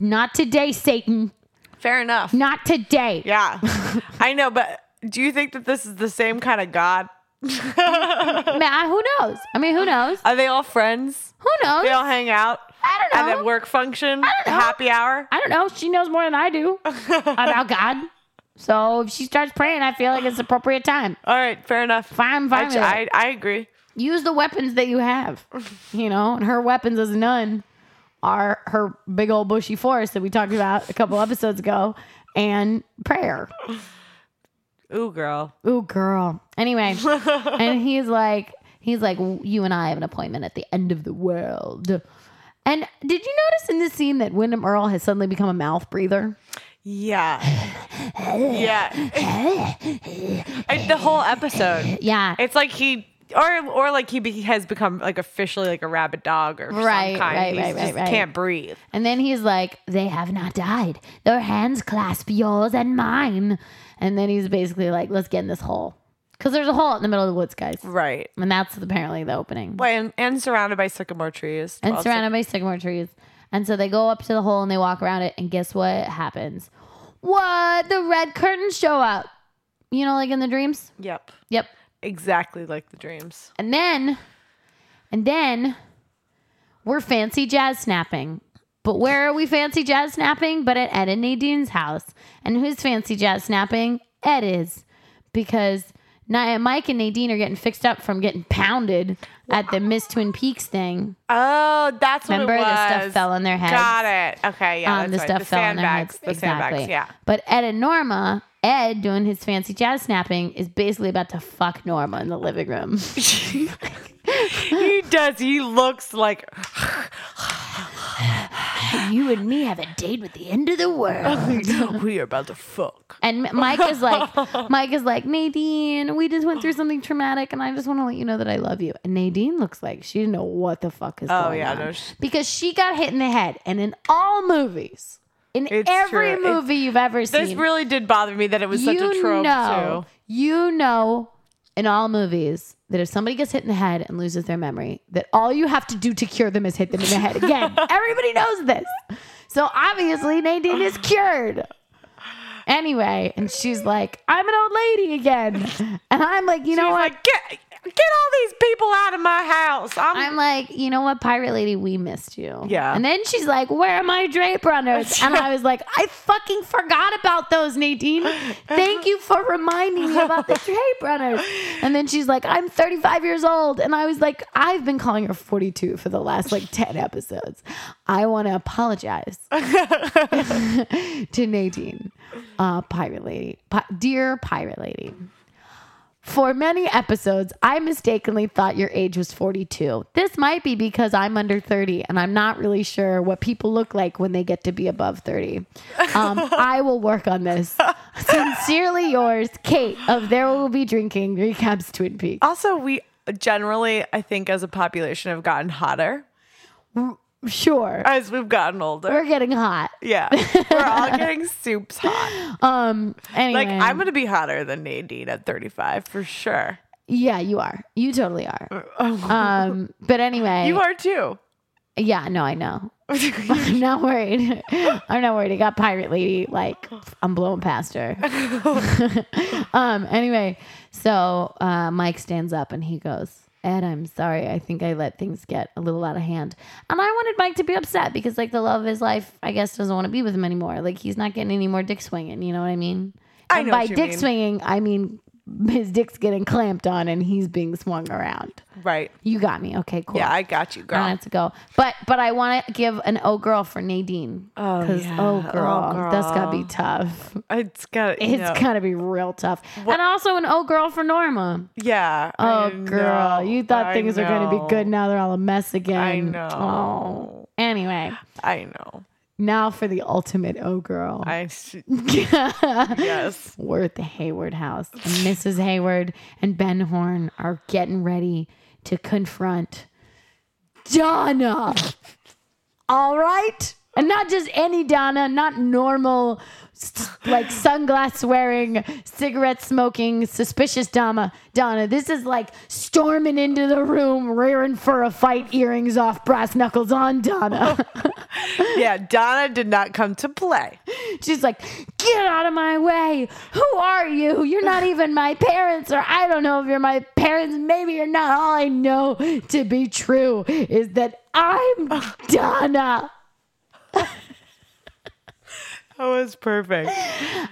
[SPEAKER 6] not today, Satan.
[SPEAKER 1] Fair enough.
[SPEAKER 6] Not today.
[SPEAKER 1] Yeah, I know. But do you think that this is the same kind of God?
[SPEAKER 6] Man, who knows? I mean, who knows?
[SPEAKER 1] Are they all friends?
[SPEAKER 6] Who knows?
[SPEAKER 1] They all hang out
[SPEAKER 6] I don't
[SPEAKER 1] at
[SPEAKER 6] know.
[SPEAKER 1] a work function,
[SPEAKER 6] know.
[SPEAKER 1] happy hour.
[SPEAKER 6] I don't know. She knows more than I do about God. So if she starts praying, I feel like it's appropriate time.
[SPEAKER 1] All right, fair enough.
[SPEAKER 6] Fine,
[SPEAKER 1] I,
[SPEAKER 6] fine. with it.
[SPEAKER 1] I, I agree.
[SPEAKER 6] Use the weapons that you have. You know, and her weapons as a nun are her big old bushy forest that we talked about a couple episodes ago and prayer.
[SPEAKER 1] Ooh, girl.
[SPEAKER 6] Ooh, girl. Anyway, and he's like, he's like, you and I have an appointment at the end of the world. And did you notice in this scene that Wyndham Earl has suddenly become a mouth breather?
[SPEAKER 1] Yeah. yeah. I- the whole episode.
[SPEAKER 6] Yeah.
[SPEAKER 1] It's like he. Or, or like he be, has become like officially like a rabid dog or
[SPEAKER 6] Right,
[SPEAKER 1] some kind.
[SPEAKER 6] right,
[SPEAKER 1] He's
[SPEAKER 6] right, right,
[SPEAKER 1] just
[SPEAKER 6] right.
[SPEAKER 1] Can't breathe.
[SPEAKER 6] And then he's like, They have not died. Their hands clasp yours and mine. And then he's basically like, let's get in this hole. Because there's a hole out in the middle of the woods, guys.
[SPEAKER 1] Right.
[SPEAKER 6] And that's apparently the opening.
[SPEAKER 1] Well, And, and surrounded by sycamore trees.
[SPEAKER 6] and
[SPEAKER 1] Well,
[SPEAKER 6] surrounded by sycamore trees. And so they go up to the hole and they walk around it. And guess what happens? What? The red curtains show up. You know, like in the dreams?
[SPEAKER 1] syc- Yep.
[SPEAKER 6] Yep.
[SPEAKER 1] Exactly like the dreams.
[SPEAKER 6] And then, and then we're fancy jazz snapping. But where are we fancy jazz snapping? But at Ed and Nadine's house. And who's fancy jazz snapping? Ed is. Because Nia, Mike and Nadine are getting fixed up from getting pounded at the Miss Twin Peaks thing.
[SPEAKER 1] Oh, that's
[SPEAKER 6] Remember
[SPEAKER 1] what it was.
[SPEAKER 6] the stuff fell on their heads.
[SPEAKER 1] Got it. Okay, yeah.
[SPEAKER 6] um, the
[SPEAKER 1] that's right.
[SPEAKER 6] stuff
[SPEAKER 1] the
[SPEAKER 6] fell on their
[SPEAKER 1] sandbags.
[SPEAKER 6] heads.
[SPEAKER 1] The sandbags, yeah.
[SPEAKER 6] But Ed and Norma, Ed doing his fancy jazz snapping is basically about to fuck Norma in the living room.
[SPEAKER 1] He does. He looks like
[SPEAKER 6] you and me have a date with the end of the world.
[SPEAKER 1] we are about to fuck.
[SPEAKER 6] And M- Mike is like, Mike is like, Nadine, we just went through something traumatic, and I just want to let you know that I love you. And Nadine looks like she didn't know what the fuck is
[SPEAKER 1] Oh,
[SPEAKER 6] going
[SPEAKER 1] yeah,
[SPEAKER 6] on
[SPEAKER 1] no, she-
[SPEAKER 6] because she got hit in the head, and in all movies, in
[SPEAKER 1] It's
[SPEAKER 6] every
[SPEAKER 1] true. It-
[SPEAKER 6] movie you've ever
[SPEAKER 1] This
[SPEAKER 6] seen,
[SPEAKER 1] really did bother me that it was such a trope
[SPEAKER 6] know,
[SPEAKER 1] too.
[SPEAKER 6] You know, in all movies, that if somebody gets hit in the head and loses their memory, that all you have to do to cure them is hit them in the head again. Everybody knows this. So obviously, Nadine is cured. Anyway, and she's like, I'm an old lady again. And I'm like, you know
[SPEAKER 1] He's
[SPEAKER 6] what?
[SPEAKER 1] like, get get all these people out of my house. I'm,
[SPEAKER 6] I'm like, you know what, Pirate Lady, we missed you.
[SPEAKER 1] Yeah.
[SPEAKER 6] And then she's like, where are my drape runners? And I was like, I fucking forgot about those, Nadine. Thank you for reminding me about the drape runners. And then she's like, I'm 35 years old. And I was like, I've been calling her 42 for the last like 10 episodes. I want to apologize to Nadine, uh, Pirate Lady, Pi- dear Pirate Lady. For many episodes, I mistakenly thought your age was 42. This might be because I'm under 30 and I'm not really sure what people look like when they get to be above 30. Um, I will work on this. Sincerely yours, Kate of There Will Be Drinking Recaps Twin Peaks.
[SPEAKER 1] also, we generally, I think, as a population, have gotten hotter
[SPEAKER 6] Sure.
[SPEAKER 1] as we've gotten older.
[SPEAKER 6] We're getting hot.
[SPEAKER 1] yeah, we're all getting soups hot.
[SPEAKER 6] Um, anyway.
[SPEAKER 1] Like I'm gonna be hotter than Nadine at 35 for sure.
[SPEAKER 6] yeah, you are. You totally are. Um, but anyway.
[SPEAKER 1] Oh. You are too.
[SPEAKER 6] Yeah, no, I know. I'm not worried. I'm not worried. I got pirate lady. Like I'm blowing past her. um. Anyway, so uh, Mike stands up and he goes, "Ed, I'm sorry. I think I let things get a little out of hand." And I wanted Mike to be upset because, like, the love of his life, I guess, doesn't want to be with him anymore. Like he's not getting any more dick swinging. You know what I mean?
[SPEAKER 1] I
[SPEAKER 6] and
[SPEAKER 1] know
[SPEAKER 6] by
[SPEAKER 1] what you
[SPEAKER 6] dick
[SPEAKER 1] mean.
[SPEAKER 6] swinging, I mean his dick's getting clamped on and he's being swung around.
[SPEAKER 1] Right.
[SPEAKER 6] You got me. Okay, cool.
[SPEAKER 1] Yeah, I got you, girl.
[SPEAKER 6] I wanted to go, but but I want to give an oh girl for Nadine. Oh
[SPEAKER 1] yeah.
[SPEAKER 6] oh
[SPEAKER 1] Oh,
[SPEAKER 6] girl, that's gotta be
[SPEAKER 1] girl.
[SPEAKER 6] tough.
[SPEAKER 1] It's got.
[SPEAKER 6] It's
[SPEAKER 1] no.
[SPEAKER 6] gotta be real tough. And also an oh girl for Norma.
[SPEAKER 1] Yeah.
[SPEAKER 6] Oh
[SPEAKER 1] I
[SPEAKER 6] girl,
[SPEAKER 1] know.
[SPEAKER 6] you thought
[SPEAKER 1] I
[SPEAKER 6] things were gonna
[SPEAKER 1] know.
[SPEAKER 6] be good. Now they're all a mess again.
[SPEAKER 1] I know.
[SPEAKER 6] Oh. Anyway,
[SPEAKER 1] I know.
[SPEAKER 6] now for the ultimate oh girl.
[SPEAKER 1] I s- yes.
[SPEAKER 6] We're at the Hayward house, and Mrs. Hayward and Ben Horn are getting ready to confront Donna. All right? And not just any Donna, not normal, s- like sunglass wearing, cigarette smoking, suspicious Donna. Donna, this is like storming into the room, rearing for a fight, earrings off, brass knuckles on Donna.
[SPEAKER 1] Yeah, Donna did not come to play.
[SPEAKER 6] She's like, get out of my way. Who are you? You're not even my parents, or I don't know if you're my parents. Maybe you're not. All I know to be true is that I'm Donna.
[SPEAKER 1] That was perfect.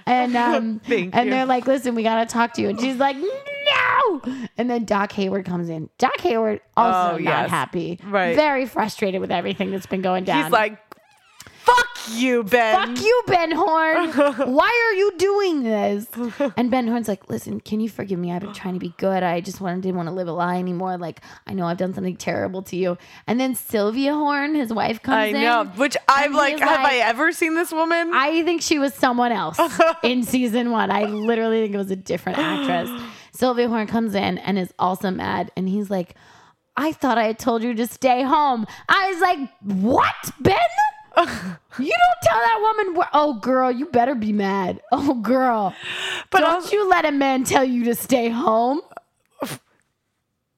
[SPEAKER 6] And um
[SPEAKER 1] Thank
[SPEAKER 6] and
[SPEAKER 1] you.
[SPEAKER 6] they're like, listen, we gotta talk to you. And she's like, no. And then Doc Hayward comes in. Doc Hayward also
[SPEAKER 1] Oh,
[SPEAKER 6] not
[SPEAKER 1] yes.
[SPEAKER 6] happy.
[SPEAKER 1] Right.
[SPEAKER 6] Very frustrated with everything that's been going down.
[SPEAKER 1] He's like, "Fuck you, Ben."
[SPEAKER 6] Fuck you, Ben Horn. Why are you doing this? And Ben Horn's like, listen, can you forgive me? I've been trying to be good. I just wanted, didn't want to live a lie anymore. Like, I know I've done something terrible to you. And then Sylvia Horn, his wife, comes
[SPEAKER 1] I
[SPEAKER 6] in.
[SPEAKER 1] know. Which I'm
[SPEAKER 6] and
[SPEAKER 1] like,
[SPEAKER 6] he's
[SPEAKER 1] have
[SPEAKER 6] like-
[SPEAKER 1] I ever seen this woman?
[SPEAKER 6] I think she was someone else in season one. I literally think it was a different actress. Sylvia Horn comes in and is also mad, and he's like, I thought I had told you to stay home. I was like, What, Ben? You don't tell that woman. Where, oh, girl, you better be mad. Oh, girl,
[SPEAKER 1] But
[SPEAKER 6] don't
[SPEAKER 1] also-
[SPEAKER 6] you let a man tell you to stay home.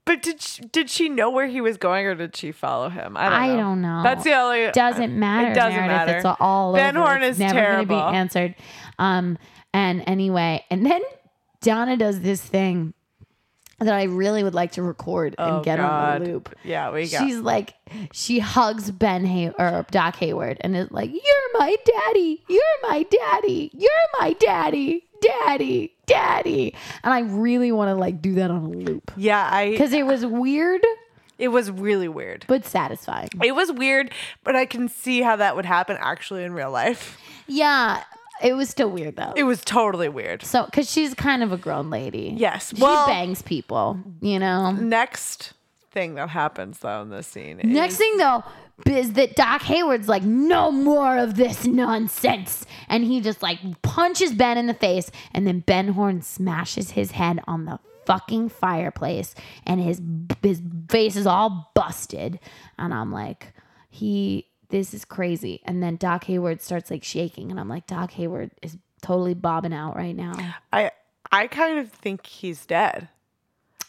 [SPEAKER 1] But did she, did she know where he was going, or did she follow him? I don't
[SPEAKER 6] I
[SPEAKER 1] know.
[SPEAKER 6] don't know.
[SPEAKER 1] That's the only.
[SPEAKER 6] doesn't matter.
[SPEAKER 1] It doesn't
[SPEAKER 6] Meredith.
[SPEAKER 1] matter.
[SPEAKER 6] It's all
[SPEAKER 1] Van
[SPEAKER 6] over.
[SPEAKER 1] Horn
[SPEAKER 6] It's
[SPEAKER 1] is
[SPEAKER 6] never
[SPEAKER 1] terrible.
[SPEAKER 6] gonna be answered. Um, and anyway, and then Donna does this thing that I really would like to record
[SPEAKER 1] Oh,
[SPEAKER 6] and get on
[SPEAKER 1] God.
[SPEAKER 6] the loop.
[SPEAKER 1] Yeah, we got.
[SPEAKER 6] She's like, she hugs Ben Hay- or Doc Hayward and is like, "You're my daddy. You're my daddy. You're my daddy, daddy, daddy." And I really want to like do that on a loop
[SPEAKER 1] yeah, I.
[SPEAKER 6] because it was weird
[SPEAKER 1] It was really weird.
[SPEAKER 6] but satisfying.
[SPEAKER 1] It was weird, but I can see how that would happen actually in real life.
[SPEAKER 6] Yeah, it was still weird though.
[SPEAKER 1] It was totally weird.
[SPEAKER 6] So, because she's kind of a grown lady.
[SPEAKER 1] Yes,
[SPEAKER 6] She
[SPEAKER 1] well- Mm-hmm.
[SPEAKER 6] bangs people, you know?
[SPEAKER 1] Next thing that happens though in this scene.
[SPEAKER 6] Next
[SPEAKER 1] is-
[SPEAKER 6] thing, though, is that Doc Hayward's like, no more of this nonsense. And he just like punches Ben in the face. And then Ben Horn smashes his head on the fucking fireplace. And his, his face is all busted. And I'm like, he, this is crazy. And then Doc Hayward starts like shaking. And I'm like, Doc Hayward is totally bobbing out right now.
[SPEAKER 1] I I kind of think he's dead.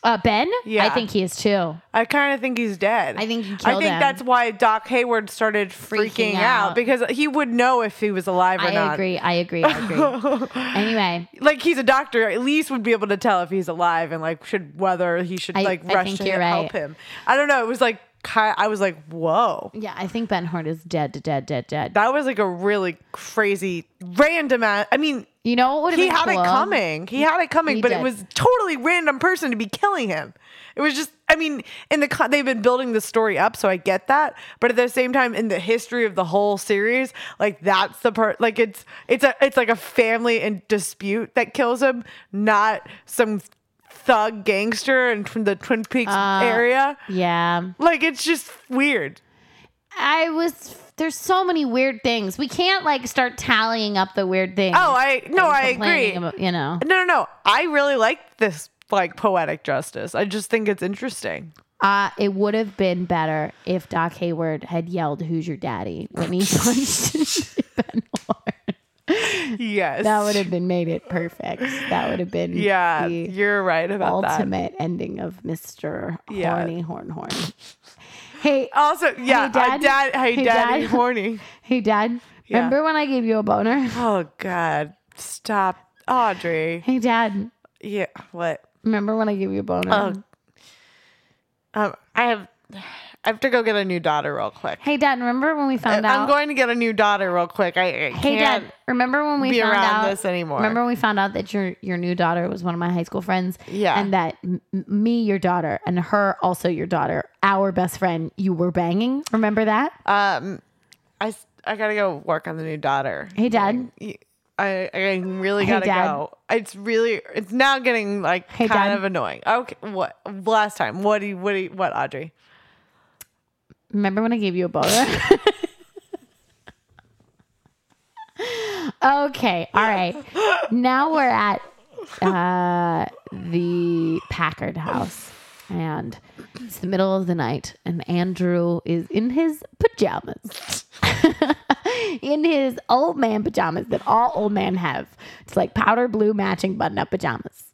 [SPEAKER 6] Uh, ben?
[SPEAKER 1] Yeah.
[SPEAKER 6] I think he is too.
[SPEAKER 1] I kind of think he's dead.
[SPEAKER 6] I think he
[SPEAKER 1] I
[SPEAKER 6] killed
[SPEAKER 1] think
[SPEAKER 6] him.
[SPEAKER 1] that's why Doc Hayward started freaking,
[SPEAKER 6] Freaking
[SPEAKER 1] out.
[SPEAKER 6] out.
[SPEAKER 1] because he would know if he was alive or
[SPEAKER 6] I
[SPEAKER 1] not.
[SPEAKER 6] agree. I agree. I agree. anyway,
[SPEAKER 1] Like he's a doctor, at least would be able to tell if he's alive and like should whether he should
[SPEAKER 6] I-
[SPEAKER 1] like
[SPEAKER 6] I
[SPEAKER 1] rush
[SPEAKER 6] think
[SPEAKER 1] to
[SPEAKER 6] you're
[SPEAKER 1] help
[SPEAKER 6] right.
[SPEAKER 1] him. I don't know. It was like ki- I was like, whoa.
[SPEAKER 6] yeah, I think Ben Hort is dead, dead, dead, dead.
[SPEAKER 1] That was like a really crazy random. a- I mean,
[SPEAKER 6] You know what would have
[SPEAKER 1] he
[SPEAKER 6] been
[SPEAKER 1] had
[SPEAKER 6] cool?
[SPEAKER 1] it coming. He had it coming,
[SPEAKER 6] He
[SPEAKER 1] but it
[SPEAKER 6] did.
[SPEAKER 1] was totally random person to be killing him. It was just, I mean, in the co- they've been building the story up, so I get that. But at the same time, in the history of the whole series, like that's the part, like it's it's a it's like a family in dispute that kills him, not some thug gangster in tw- the Twin Peaks
[SPEAKER 6] Uh,
[SPEAKER 1] area.
[SPEAKER 6] Yeah.
[SPEAKER 1] Like it's just weird.
[SPEAKER 6] I was, there's so many weird things. We can't like start tallying up the weird things.
[SPEAKER 1] Oh, I no,
[SPEAKER 6] and
[SPEAKER 1] I
[SPEAKER 6] complaining
[SPEAKER 1] agree.
[SPEAKER 6] about- you know,
[SPEAKER 1] No, no, no. I really like this like poetic justice. I just think it's interesting.
[SPEAKER 6] uh, it would have been better if Doc Hayward had yelled, Who's your daddy? when he punched Ben Hort.
[SPEAKER 1] Yes.
[SPEAKER 6] That would have been made it perfect. That would have been
[SPEAKER 1] Yeah,
[SPEAKER 6] the-
[SPEAKER 1] you're right about that.
[SPEAKER 6] ultimate ending of Mr.
[SPEAKER 1] Yeah.
[SPEAKER 6] Horny Horn Horn. Hey,
[SPEAKER 1] Also, yeah, dad,
[SPEAKER 6] Hey, Dad?
[SPEAKER 1] dad, hey,
[SPEAKER 6] Hey,
[SPEAKER 1] daddy,
[SPEAKER 6] Dad?
[SPEAKER 1] horny.
[SPEAKER 6] hey, Dad.
[SPEAKER 1] Yeah.
[SPEAKER 6] Remember when I gave you a boner?
[SPEAKER 1] Oh God, stop, Audrey.
[SPEAKER 6] Hey, Dad.
[SPEAKER 1] Yeah, what?
[SPEAKER 6] Remember when I gave you a boner?
[SPEAKER 1] Oh. Um, I have, I have to go get a new daughter real quick.
[SPEAKER 6] Hey, Dad. Remember when we found out?
[SPEAKER 1] Uh, I'm going to get a new daughter real quick. I, I
[SPEAKER 6] Hey,
[SPEAKER 1] can't.
[SPEAKER 6] Dad. Remember when we
[SPEAKER 1] be
[SPEAKER 6] found
[SPEAKER 1] around
[SPEAKER 6] out
[SPEAKER 1] this anymore.
[SPEAKER 6] Remember when we found out that your your new daughter was one of my high school friends?
[SPEAKER 1] Yeah.
[SPEAKER 6] and that m- me, your daughter, and her also your daughter, our best friend, you were banging. Remember that?
[SPEAKER 1] Um, I, s- I gotta go work on the new daughter.
[SPEAKER 6] hey, Dad.
[SPEAKER 1] Y- I, I really
[SPEAKER 6] Hey,
[SPEAKER 1] gotta
[SPEAKER 6] Dad.
[SPEAKER 1] go. It's really, it's now getting like
[SPEAKER 6] Hey,
[SPEAKER 1] kind
[SPEAKER 6] Dad.
[SPEAKER 1] of annoying. Okay, what? Last time, what do you, what do you, what, Audrey?
[SPEAKER 6] Remember when I gave you a boner? okay, all right. Now we're at uh, the Packard house, and it's the middle of the night, and Andrew is in his pajamas. in his old man pajamas that all old men have. It's like powder blue matching button up pajamas.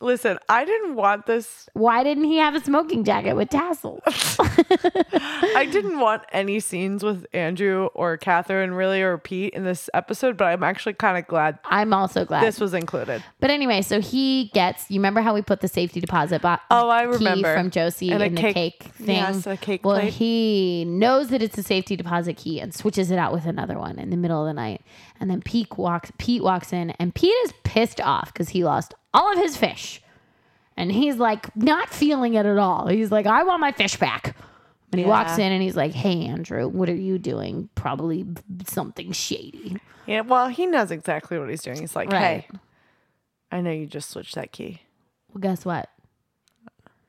[SPEAKER 1] Listen, I didn't want this.
[SPEAKER 6] Why didn't he have a smoking jacket with tassels?
[SPEAKER 1] I didn't want any scenes with Andrew or Catherine, really, or Pete in this episode, but I'm actually kind of glad
[SPEAKER 6] I'm also glad.
[SPEAKER 1] this was included.
[SPEAKER 6] But anyway, so he gets. You remember how we put the safety deposit box?
[SPEAKER 1] Oh, I
[SPEAKER 6] Key
[SPEAKER 1] remember.
[SPEAKER 6] from Josie
[SPEAKER 1] And
[SPEAKER 6] and
[SPEAKER 1] a
[SPEAKER 6] in the
[SPEAKER 1] cake-
[SPEAKER 6] cake, thing.
[SPEAKER 1] yes, a cake
[SPEAKER 6] Well,
[SPEAKER 1] plate.
[SPEAKER 6] he knows that it's a safety deposit key and switches it out with another one in the middle of the night. And then Pete walks. Pete walks in, and Pete is pissed off because he lost all of his fish, and he's like not feeling it at all. He's like, I want my fish back. And he walks in and he's like, "Hey, Andrew, what are you doing? Probably something shady."
[SPEAKER 1] Yeah, well, he knows exactly what he's doing. He's like,
[SPEAKER 6] Right.
[SPEAKER 1] hey, I know you just switched that key.
[SPEAKER 6] Well, guess what?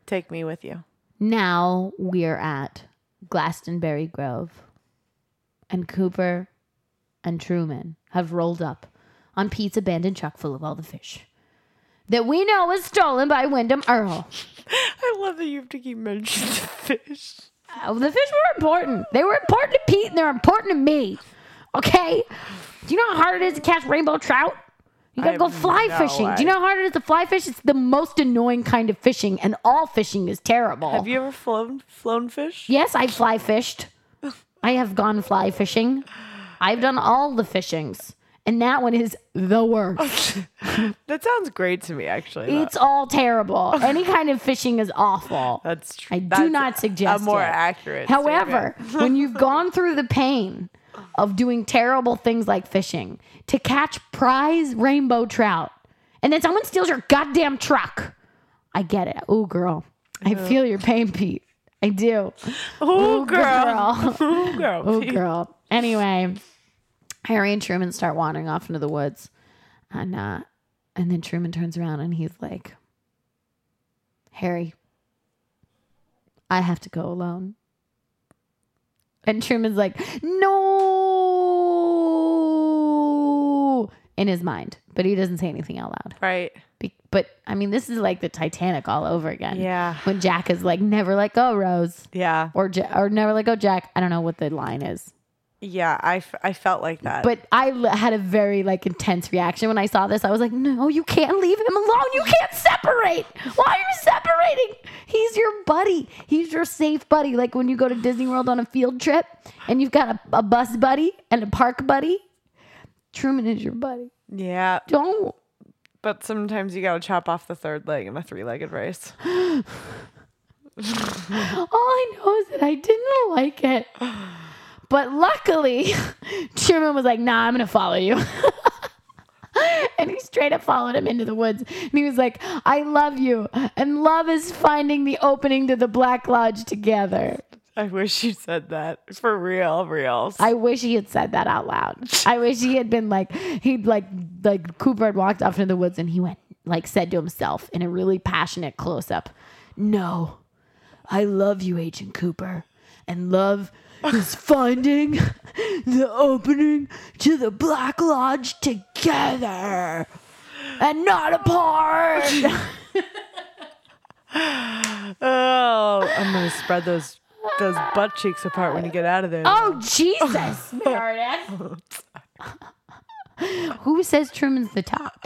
[SPEAKER 1] Take me with you.
[SPEAKER 6] Now we're at Glastonbury Grove. And Cooper and Truman have rolled up on Pete's abandoned truck full of all the fish that we know was stolen by Wyndham Earl.
[SPEAKER 1] I love that you have to keep mentioning the fish.
[SPEAKER 6] Oh, the fish were important. They were important to Pete and they're important to me. Okay? Do you know how hard it is to catch rainbow trout? You gotta
[SPEAKER 1] I
[SPEAKER 6] go
[SPEAKER 1] have
[SPEAKER 6] fly
[SPEAKER 1] no
[SPEAKER 6] fishing. Do you know how hard it is to fly fish? It's the most annoying kind of fishing, and all fishing is terrible.
[SPEAKER 1] Have you ever flown flown fish?
[SPEAKER 6] Yes, I fly fished. I have gone fly fishing. I've done all the fishings, and that one is the worst.
[SPEAKER 1] That sounds great to me, actually. though.
[SPEAKER 6] It's all terrible. Any kind of fishing is awful.
[SPEAKER 1] That's true.
[SPEAKER 6] I do not suggest
[SPEAKER 1] a more
[SPEAKER 6] it.
[SPEAKER 1] accurate.
[SPEAKER 6] However, when you've gone through the pain of doing terrible things like fishing to catch prize rainbow trout, and then someone steals your goddamn truck, I get it. Ooh, girl, I feel your pain, Pete. I do.
[SPEAKER 1] oh
[SPEAKER 6] Ooh,
[SPEAKER 1] girl,
[SPEAKER 6] girl.
[SPEAKER 1] oh girl,
[SPEAKER 6] Oh, girl. Anyway, Harry and Truman start wandering off into the woods. And, uh, and then Truman turns around and he's like, Harry, I have to go alone. And Truman's like, no, in his mind. But he doesn't say anything out loud.
[SPEAKER 1] right?
[SPEAKER 6] Be- but I mean, this is like the Titanic all over again.
[SPEAKER 1] Yeah.
[SPEAKER 6] When Jack is like, never let go, Rose.
[SPEAKER 1] Yeah,
[SPEAKER 6] Or, ja- or never let go, Jack. I don't know what the line is.
[SPEAKER 1] yeah. I, f- I felt like that.
[SPEAKER 6] But I l- had a very like intense reaction when I saw this. I was like, "No, you can't leave him alone. You can't separate. Why are you separating? He's your buddy. He's your safe buddy. Like when you go to Disney World on a field trip and you've got a, a bus buddy and a park buddy. Truman is your buddy.
[SPEAKER 1] yeah,
[SPEAKER 6] Don't.
[SPEAKER 1] but sometimes you gotta chop off the third leg in a three-legged race.
[SPEAKER 6] All I know is that I didn't like it. But luckily, Truman was like, nah, I'm going to follow you. and he straight up followed him into the woods. And he was like, I love you. And love is finding the opening to the Black Lodge together.
[SPEAKER 1] I wish you said that for real, reals.
[SPEAKER 6] I wish he had said that out loud. I wish he had been like, he'd like, like Cooper had walked off into the woods and he went, like, said to himself in a really passionate close up, No, I love you, Agent Cooper. And love is finding the opening to the Black Lodge together and not apart.
[SPEAKER 1] oh, I'm gonna spread those those butt cheeks apart when you get out of there.
[SPEAKER 6] Oh Jesus, Meredith! Who says Truman's the top?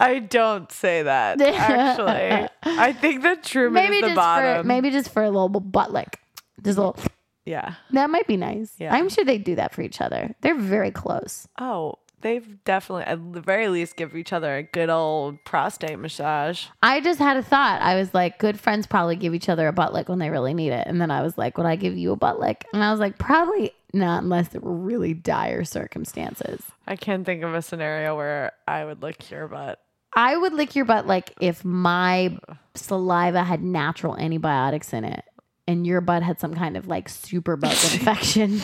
[SPEAKER 1] I don't say that actually. I think that Truman
[SPEAKER 6] Maybe
[SPEAKER 1] is the
[SPEAKER 6] just
[SPEAKER 1] bottom.
[SPEAKER 6] for maybe just for a little butt lick. Just a little.
[SPEAKER 1] Yeah.
[SPEAKER 6] That might be nice.
[SPEAKER 1] Yeah.
[SPEAKER 6] I'm sure they do that for each other. They're very close.
[SPEAKER 1] Oh, they've definitely at the very least give each other a good old prostate massage.
[SPEAKER 6] I just had a thought. I was like, good friends probably give each other a butt lick when they really need it. And then I was like, would I give you a butt lick? And I was like, probably not unless there were really dire circumstances.
[SPEAKER 1] I can't think of a scenario where I would lick your butt.
[SPEAKER 6] I would lick your butt like if my saliva had natural antibiotics in it and your butt had some kind of like super bug infection.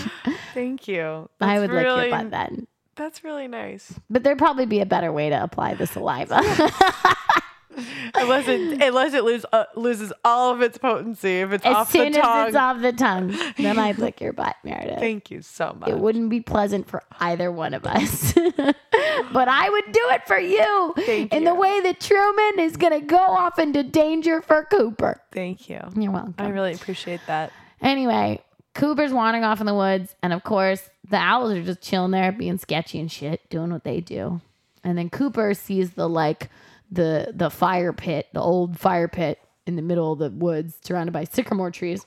[SPEAKER 1] Thank you.
[SPEAKER 6] I
[SPEAKER 1] That's
[SPEAKER 6] would lick
[SPEAKER 1] really-
[SPEAKER 6] your butt then.
[SPEAKER 1] That's really nice.
[SPEAKER 6] But there'd probably be a better way to apply the saliva.
[SPEAKER 1] Unless it unless it lose, uh, loses all of its potency if it's
[SPEAKER 6] as
[SPEAKER 1] off
[SPEAKER 6] soon
[SPEAKER 1] the
[SPEAKER 6] as
[SPEAKER 1] tongue.
[SPEAKER 6] it's off the tongue, then I'd lick your butt, Meredith.
[SPEAKER 1] Thank you so much.
[SPEAKER 6] it wouldn't be pleasant for either one of us. but I would do it for you
[SPEAKER 1] Thank
[SPEAKER 6] in the
[SPEAKER 1] you.
[SPEAKER 6] way that Truman is going to go off into danger for Cooper.
[SPEAKER 1] Thank you.
[SPEAKER 6] You're welcome.
[SPEAKER 1] I really appreciate that.
[SPEAKER 6] Anyway, Cooper's wandering off in the woods, and of course, the owls are just chilling there, being sketchy and shit, doing what they do. And then Cooper sees the like the the fire pit, the old fire pit in the middle of the woods, surrounded by sycamore trees.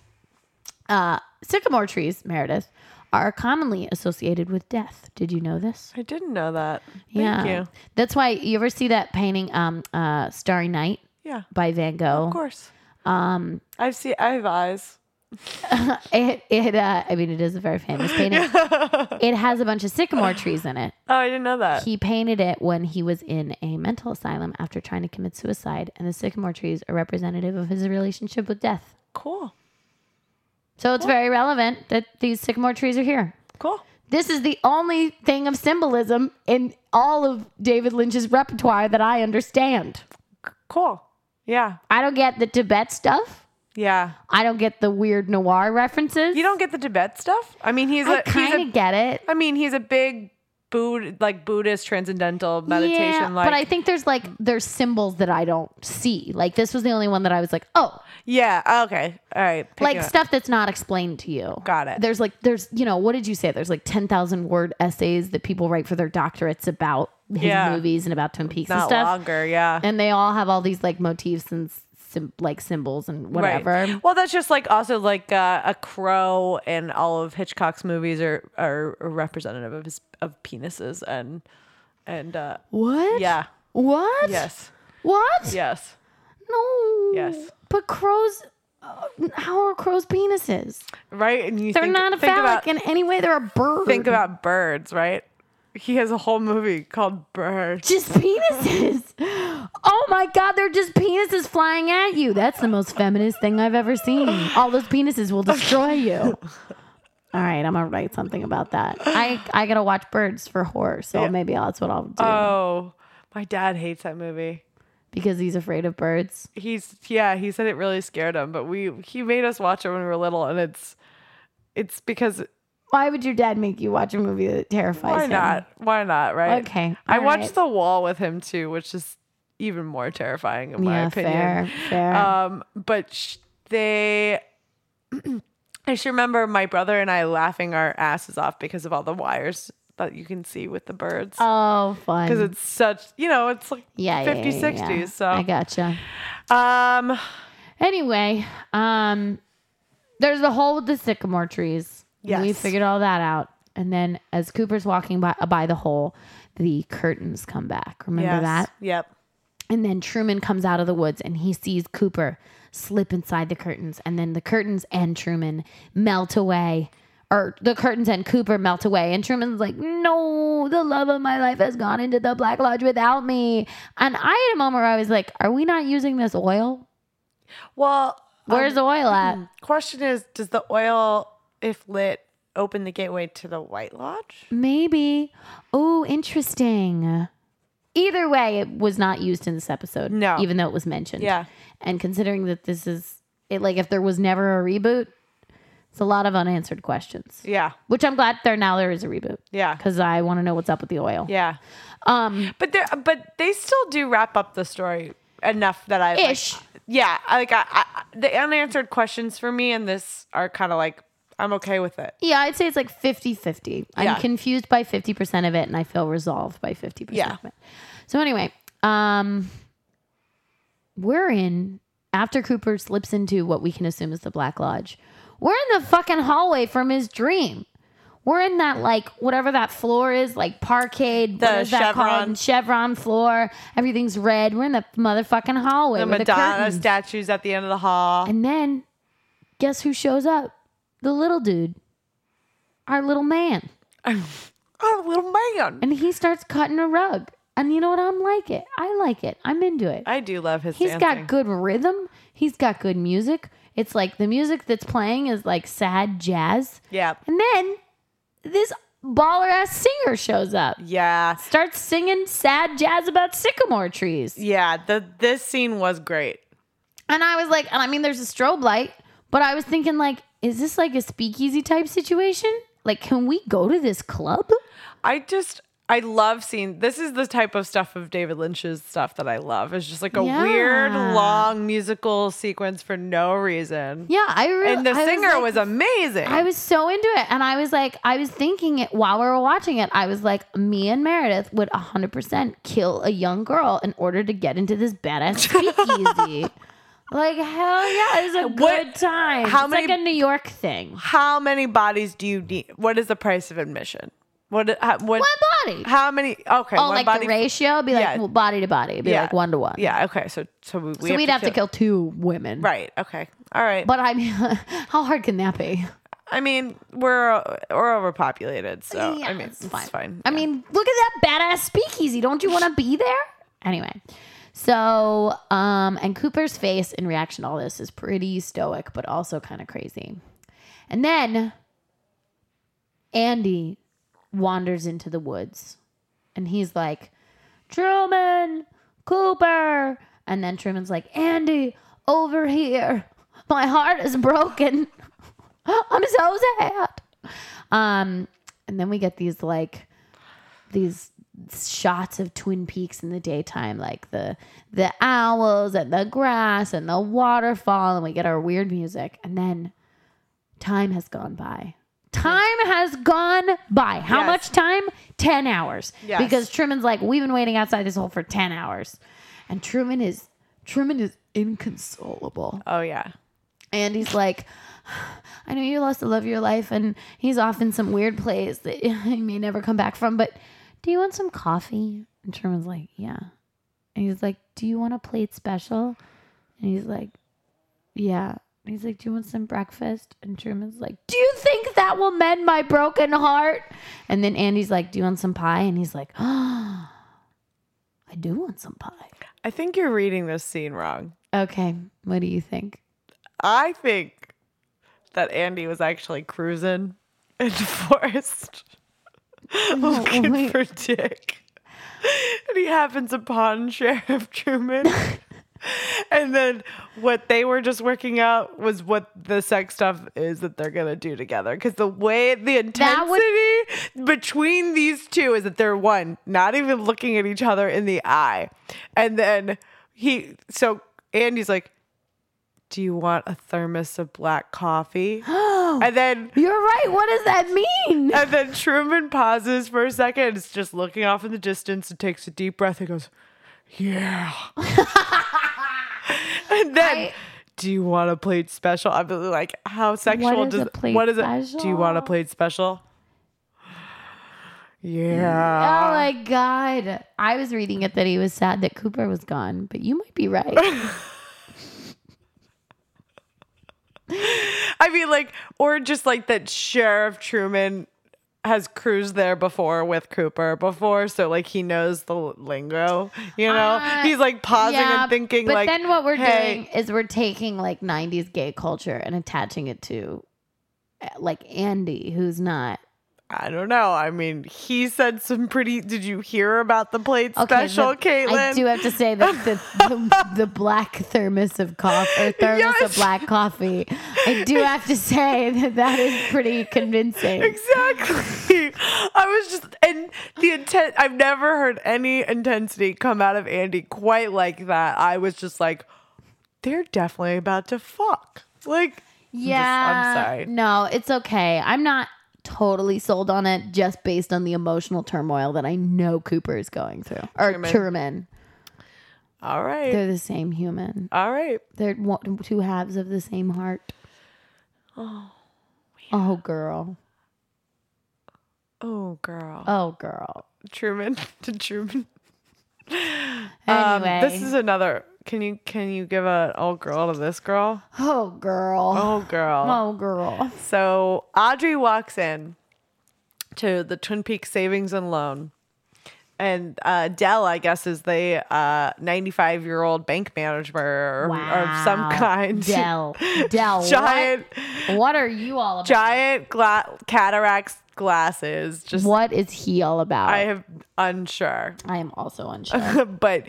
[SPEAKER 6] Uh, sycamore trees, Meredith, are commonly associated with death. Did you know this?
[SPEAKER 1] I didn't know that. Thank you.
[SPEAKER 6] That's why you ever see that painting, um, uh, Starry Night
[SPEAKER 1] Yeah.
[SPEAKER 6] by Van Gogh.
[SPEAKER 1] Of course. Um I see I have eyes.
[SPEAKER 6] It it uh, I mean it is a very famous painting. it has a bunch of sycamore trees in it.
[SPEAKER 1] Oh, I didn't know that.
[SPEAKER 6] He painted it when he was in a mental asylum after trying to commit suicide, and the sycamore trees are representative of his relationship with death.
[SPEAKER 1] cool.
[SPEAKER 6] So it's very relevant that these sycamore trees are here.
[SPEAKER 1] Cool.
[SPEAKER 6] This is the only thing of symbolism in all of David Lynch's repertoire that I understand.
[SPEAKER 1] Cool. Yeah.
[SPEAKER 6] I don't get the Tibet stuff.
[SPEAKER 1] Yeah.
[SPEAKER 6] I don't get the weird noir references.
[SPEAKER 1] You don't get the Tibet stuff? I mean, he's
[SPEAKER 6] I
[SPEAKER 1] a he's
[SPEAKER 6] kind
[SPEAKER 1] a
[SPEAKER 6] of get it.
[SPEAKER 1] I mean, he's a big Buddh- like Buddhist transcendental meditation.
[SPEAKER 6] yeah,
[SPEAKER 1] like,
[SPEAKER 6] but I think there's like there's symbols that I don't see. Like this was the only one that I was like, oh,
[SPEAKER 1] yeah, okay, all right, Pick
[SPEAKER 6] like
[SPEAKER 1] it up.
[SPEAKER 6] stuff that's not explained to you.
[SPEAKER 1] Got it.
[SPEAKER 6] There's like there's you know what did you say? There's like ten thousand word essays that people write for their doctorates about his
[SPEAKER 1] Yeah.
[SPEAKER 6] movies and about Twin Peaks and
[SPEAKER 1] not
[SPEAKER 6] stuff,
[SPEAKER 1] longer, yeah.
[SPEAKER 6] and they all have all these like motifs and sim- like symbols and
[SPEAKER 1] Right.
[SPEAKER 6] whatever.
[SPEAKER 1] Well, that's just like also like uh, a crow and all of Hitchcock's movies are are representative of his, of penises and and uh,
[SPEAKER 6] What?
[SPEAKER 1] yeah,
[SPEAKER 6] What?
[SPEAKER 1] yes,
[SPEAKER 6] What?
[SPEAKER 1] yes.
[SPEAKER 6] No.
[SPEAKER 1] Yes.
[SPEAKER 6] But crows. uh, How are crows' penises?
[SPEAKER 1] Right, and you
[SPEAKER 6] They're
[SPEAKER 1] think,
[SPEAKER 6] not a
[SPEAKER 1] think
[SPEAKER 6] phallic
[SPEAKER 1] about
[SPEAKER 6] in any way. They're a bird.
[SPEAKER 1] think about birds, right? He has a whole movie called Birds.
[SPEAKER 6] just penises. Oh my God, they're just penises flying at you. That's the most feminist thing I've ever seen. All those penises will destroy you. All right, I'm gonna write something about that. I I gotta watch birds for horror, so maybe that's what I'll do
[SPEAKER 1] Oh, my dad hates that movie.
[SPEAKER 6] because he's afraid of birds.
[SPEAKER 1] He's yeah, he said it really scared him, but we he made us watch it when we were little, and it's it's because
[SPEAKER 6] Why would your dad make you watch a movie that terrifies
[SPEAKER 1] Why
[SPEAKER 6] him?
[SPEAKER 1] not? Why not? Right?
[SPEAKER 6] Okay,
[SPEAKER 1] I
[SPEAKER 6] all
[SPEAKER 1] watched
[SPEAKER 6] right.
[SPEAKER 1] The Wall with him too, which is even more terrifying in my
[SPEAKER 6] Yeah,
[SPEAKER 1] opinion.
[SPEAKER 6] fair, fair.
[SPEAKER 1] Um, but sh- they. I just remember my brother and I laughing our asses off because of all the wires that you can see with the birds.
[SPEAKER 6] Oh, fun.
[SPEAKER 1] Because it's such, you know, it's like
[SPEAKER 6] yeah, yeah,
[SPEAKER 1] 50,
[SPEAKER 6] yeah, yeah.
[SPEAKER 1] 60s. So,
[SPEAKER 6] I gotcha.
[SPEAKER 1] um,
[SPEAKER 6] Anyway, um, there's the hole with the sycamore trees.
[SPEAKER 1] Yes.
[SPEAKER 6] We figured all that out. And then as Cooper's walking by, by the hole, the curtains come back. Remember
[SPEAKER 1] yes.
[SPEAKER 6] that?
[SPEAKER 1] Yep.
[SPEAKER 6] And then Truman comes out of the woods and he sees Cooper slip inside the curtains. And then the curtains and Truman melt away. Or the curtains and Cooper melt away. And Truman's like, No, the love of my life has gone into the Black Lodge without me. And I had a moment where I was like, Are we not using this oil?
[SPEAKER 1] Well,
[SPEAKER 6] Where's the oil at?
[SPEAKER 1] question is Does the oil, if lit, open the gateway to the White Lodge?
[SPEAKER 6] Maybe. Oh, interesting. Either way, it was not used in this episode.
[SPEAKER 1] No.
[SPEAKER 6] Even though it was mentioned.
[SPEAKER 1] Yeah.
[SPEAKER 6] And considering that this is it like if there was never a reboot, it's a lot of unanswered questions.
[SPEAKER 1] Yeah.
[SPEAKER 6] Which I'm glad there now there is a reboot.
[SPEAKER 1] Yeah.
[SPEAKER 6] Because I want to know what's up with the oil.
[SPEAKER 1] Yeah.
[SPEAKER 6] Um
[SPEAKER 1] But there, but they still do wrap up the story enough that I like,
[SPEAKER 6] Ish.
[SPEAKER 1] yeah, I- like I, I, the unanswered questions for me in this are kind of like I'm okay with it.
[SPEAKER 6] yeah, I'd say it's like 50-50. I'm
[SPEAKER 1] Yeah.
[SPEAKER 6] confused by 50% of it and I feel resolved by 50%
[SPEAKER 1] Yeah.
[SPEAKER 6] of it. So anyway, um we're in after Cooper slips into what we can assume is the Black Lodge. We're in the fucking hallway from his dream. We're in that like whatever that floor is, like parkade,
[SPEAKER 1] The
[SPEAKER 6] what is that
[SPEAKER 1] chevron.
[SPEAKER 6] called? Chevron floor. Everything's red. We're in the motherfucking hallway.
[SPEAKER 1] The
[SPEAKER 6] with the
[SPEAKER 1] Madonna
[SPEAKER 6] curtains.
[SPEAKER 1] statues at the end of the hall.
[SPEAKER 6] And then guess who shows up? The little dude. Our little man.
[SPEAKER 1] Oh, little man!
[SPEAKER 6] And he starts cutting a rug. And you know what? I'm like it. I like it. I'm into it.
[SPEAKER 1] I do love his.
[SPEAKER 6] He's
[SPEAKER 1] dancing.
[SPEAKER 6] got good rhythm. He's got good music. It's like the music that's playing is like sad jazz.
[SPEAKER 1] Yeah,
[SPEAKER 6] And then this baller ass singer shows up.
[SPEAKER 1] yeah,
[SPEAKER 6] Starts singing sad jazz about sycamore trees.
[SPEAKER 1] yeah. The this scene was great.
[SPEAKER 6] And I was like, and I mean, there's a strobe light, but I was thinking, like, is this like a speakeasy type situation? Like, can we go to this club?
[SPEAKER 1] I just. I love seeing this is the type of stuff of David Lynch's stuff that I love. It's just like a weird
[SPEAKER 6] Yeah.
[SPEAKER 1] long musical sequence for no reason.
[SPEAKER 6] Yeah, I really.
[SPEAKER 1] And the
[SPEAKER 6] I
[SPEAKER 1] singer
[SPEAKER 6] like-
[SPEAKER 1] was, amazing.
[SPEAKER 6] I was so into it. And I was like, I was thinking it while we were watching it. I was like, me and Meredith would 100% kill a young girl in order to get into this badass speakeasy. like, hell yeah, it was a
[SPEAKER 1] What-
[SPEAKER 6] good time.
[SPEAKER 1] how
[SPEAKER 6] it's like
[SPEAKER 1] many-
[SPEAKER 6] a New York thing.
[SPEAKER 1] how many bodies do you need? What is the price of admission? What? How, what?
[SPEAKER 6] One body.
[SPEAKER 1] How many? Okay,
[SPEAKER 6] oh,
[SPEAKER 1] one
[SPEAKER 6] like
[SPEAKER 1] body.
[SPEAKER 6] the ratio? Be like
[SPEAKER 1] Yeah.
[SPEAKER 6] well, body to body. It'd be
[SPEAKER 1] Yeah.
[SPEAKER 6] like one to one.
[SPEAKER 1] Yeah. Okay. So so we, we
[SPEAKER 6] so we'd have to kill two women.
[SPEAKER 1] Right. Okay. All right. But
[SPEAKER 6] But I mean, how hard can that be?
[SPEAKER 1] I mean, we're we're overpopulated, so
[SPEAKER 6] Yeah,
[SPEAKER 1] I mean, it's fine.
[SPEAKER 6] I mean, look at that badass speakeasy. Don't you want to be there? Anyway, so um, and Cooper's face in reaction to all this is pretty stoic, but also kind of crazy. And then Andy wanders into the woods, and he's like, Truman, Cooper, and then Truman's like, Andy, over here. My heart is broken. I'm so sad. Um, and then we get these like these shots of Twin Peaks in the daytime, like the the owls and the grass and the waterfall, and we get our weird music, and then time has gone by. Time has gone by. How
[SPEAKER 1] Yes.
[SPEAKER 6] much time? 10 hours.
[SPEAKER 1] Yes.
[SPEAKER 6] Because Truman's like, we've been waiting outside this hole for 10 hours. And Truman is Truman is inconsolable.
[SPEAKER 1] Oh yeah.
[SPEAKER 6] And he's like, I know you lost the love of your life, and he's off in some weird place that he may never come back from, but do you want some coffee? And Truman's like, Yeah. And he's like, Do you want a plate special? And he's like, Yeah. And he's like, Do you want some breakfast? And Truman's like, Do you think that will mend my broken heart? And then Andy's like, Do you want some pie? And he's like, Oh, I do want some pie.
[SPEAKER 1] I think you're reading this scene wrong.
[SPEAKER 6] Okay. What do you think?
[SPEAKER 1] I think that Andy was actually cruising in the forest looking
[SPEAKER 6] Oh, wait.
[SPEAKER 1] for Dick. And he happens upon Sheriff Truman. and then what they were just working out was what the sex stuff is that they're going to do together. Because the way, the
[SPEAKER 6] That would-
[SPEAKER 1] intensity between these two is that they're one, not even looking at each other in the eye. And then he, so Andy's like, do you want a thermos of black coffee? and then
[SPEAKER 6] You're right. What does that mean?
[SPEAKER 1] and then Truman pauses for a second and is just looking off in the distance and takes a deep breath and goes, Yeah. and then do you want a plate special? I'm really like, how sexual
[SPEAKER 6] What is
[SPEAKER 1] does
[SPEAKER 6] a plate
[SPEAKER 1] what is it? Do you
[SPEAKER 6] special?
[SPEAKER 1] want a plate special?
[SPEAKER 6] Oh
[SPEAKER 1] Yeah.
[SPEAKER 6] my god. I was reading it that he was sad that Cooper was gone, but you might be right.
[SPEAKER 1] I mean, like, or just like that Sheriff Truman has cruised there before with Cooper before, so like he knows the lingo. You know,
[SPEAKER 6] Uh,
[SPEAKER 1] he's like pausing and thinking.
[SPEAKER 6] But
[SPEAKER 1] like,
[SPEAKER 6] then what we're
[SPEAKER 1] "Hey,
[SPEAKER 6] doing is we're taking like 90s gay culture and attaching it to uh, like Andy, who's not.
[SPEAKER 1] I don't know. I mean, he said some pretty. Did you hear about the plate special,
[SPEAKER 6] the-
[SPEAKER 1] Caitlin?
[SPEAKER 6] I do have to say that the, the, the black thermos of coffee or thermos
[SPEAKER 1] Yes.
[SPEAKER 6] of black coffee. I do have to say that that is pretty convincing.
[SPEAKER 1] Exactly. I was just and the intent. I've never heard any intensity come out of Andy quite like that. I was just like, they're definitely about to fuck. Like, I'm just-
[SPEAKER 6] Yeah.
[SPEAKER 1] I'm sorry.
[SPEAKER 6] No, it's okay. I'm not totally sold on it just based on the emotional turmoil that I know Cooper is going through. Or Truman.
[SPEAKER 1] Truman. All right.
[SPEAKER 6] They're the same human.
[SPEAKER 1] All right.
[SPEAKER 6] They're one, two halves of the same heart. Oh, girl.
[SPEAKER 1] Oh, girl.
[SPEAKER 6] Oh, girl.
[SPEAKER 1] Truman to Truman. Um,
[SPEAKER 6] Anyway.
[SPEAKER 1] this is another. Can you can you give an old girl to this girl?
[SPEAKER 6] oh, girl.
[SPEAKER 1] Oh, girl.
[SPEAKER 6] Oh, girl.
[SPEAKER 1] So Audrey walks in to the Twin Peaks Savings and Loan. And uh, Dell, I guess, is the 95 year old bank manager or, or some kind.
[SPEAKER 6] Dell. Dell. what-
[SPEAKER 1] giant,
[SPEAKER 6] What, are you all about?
[SPEAKER 1] giant gla- cataracts glasses. Just,
[SPEAKER 6] What is he all about?
[SPEAKER 1] I am unsure.
[SPEAKER 6] I am also unsure.
[SPEAKER 1] but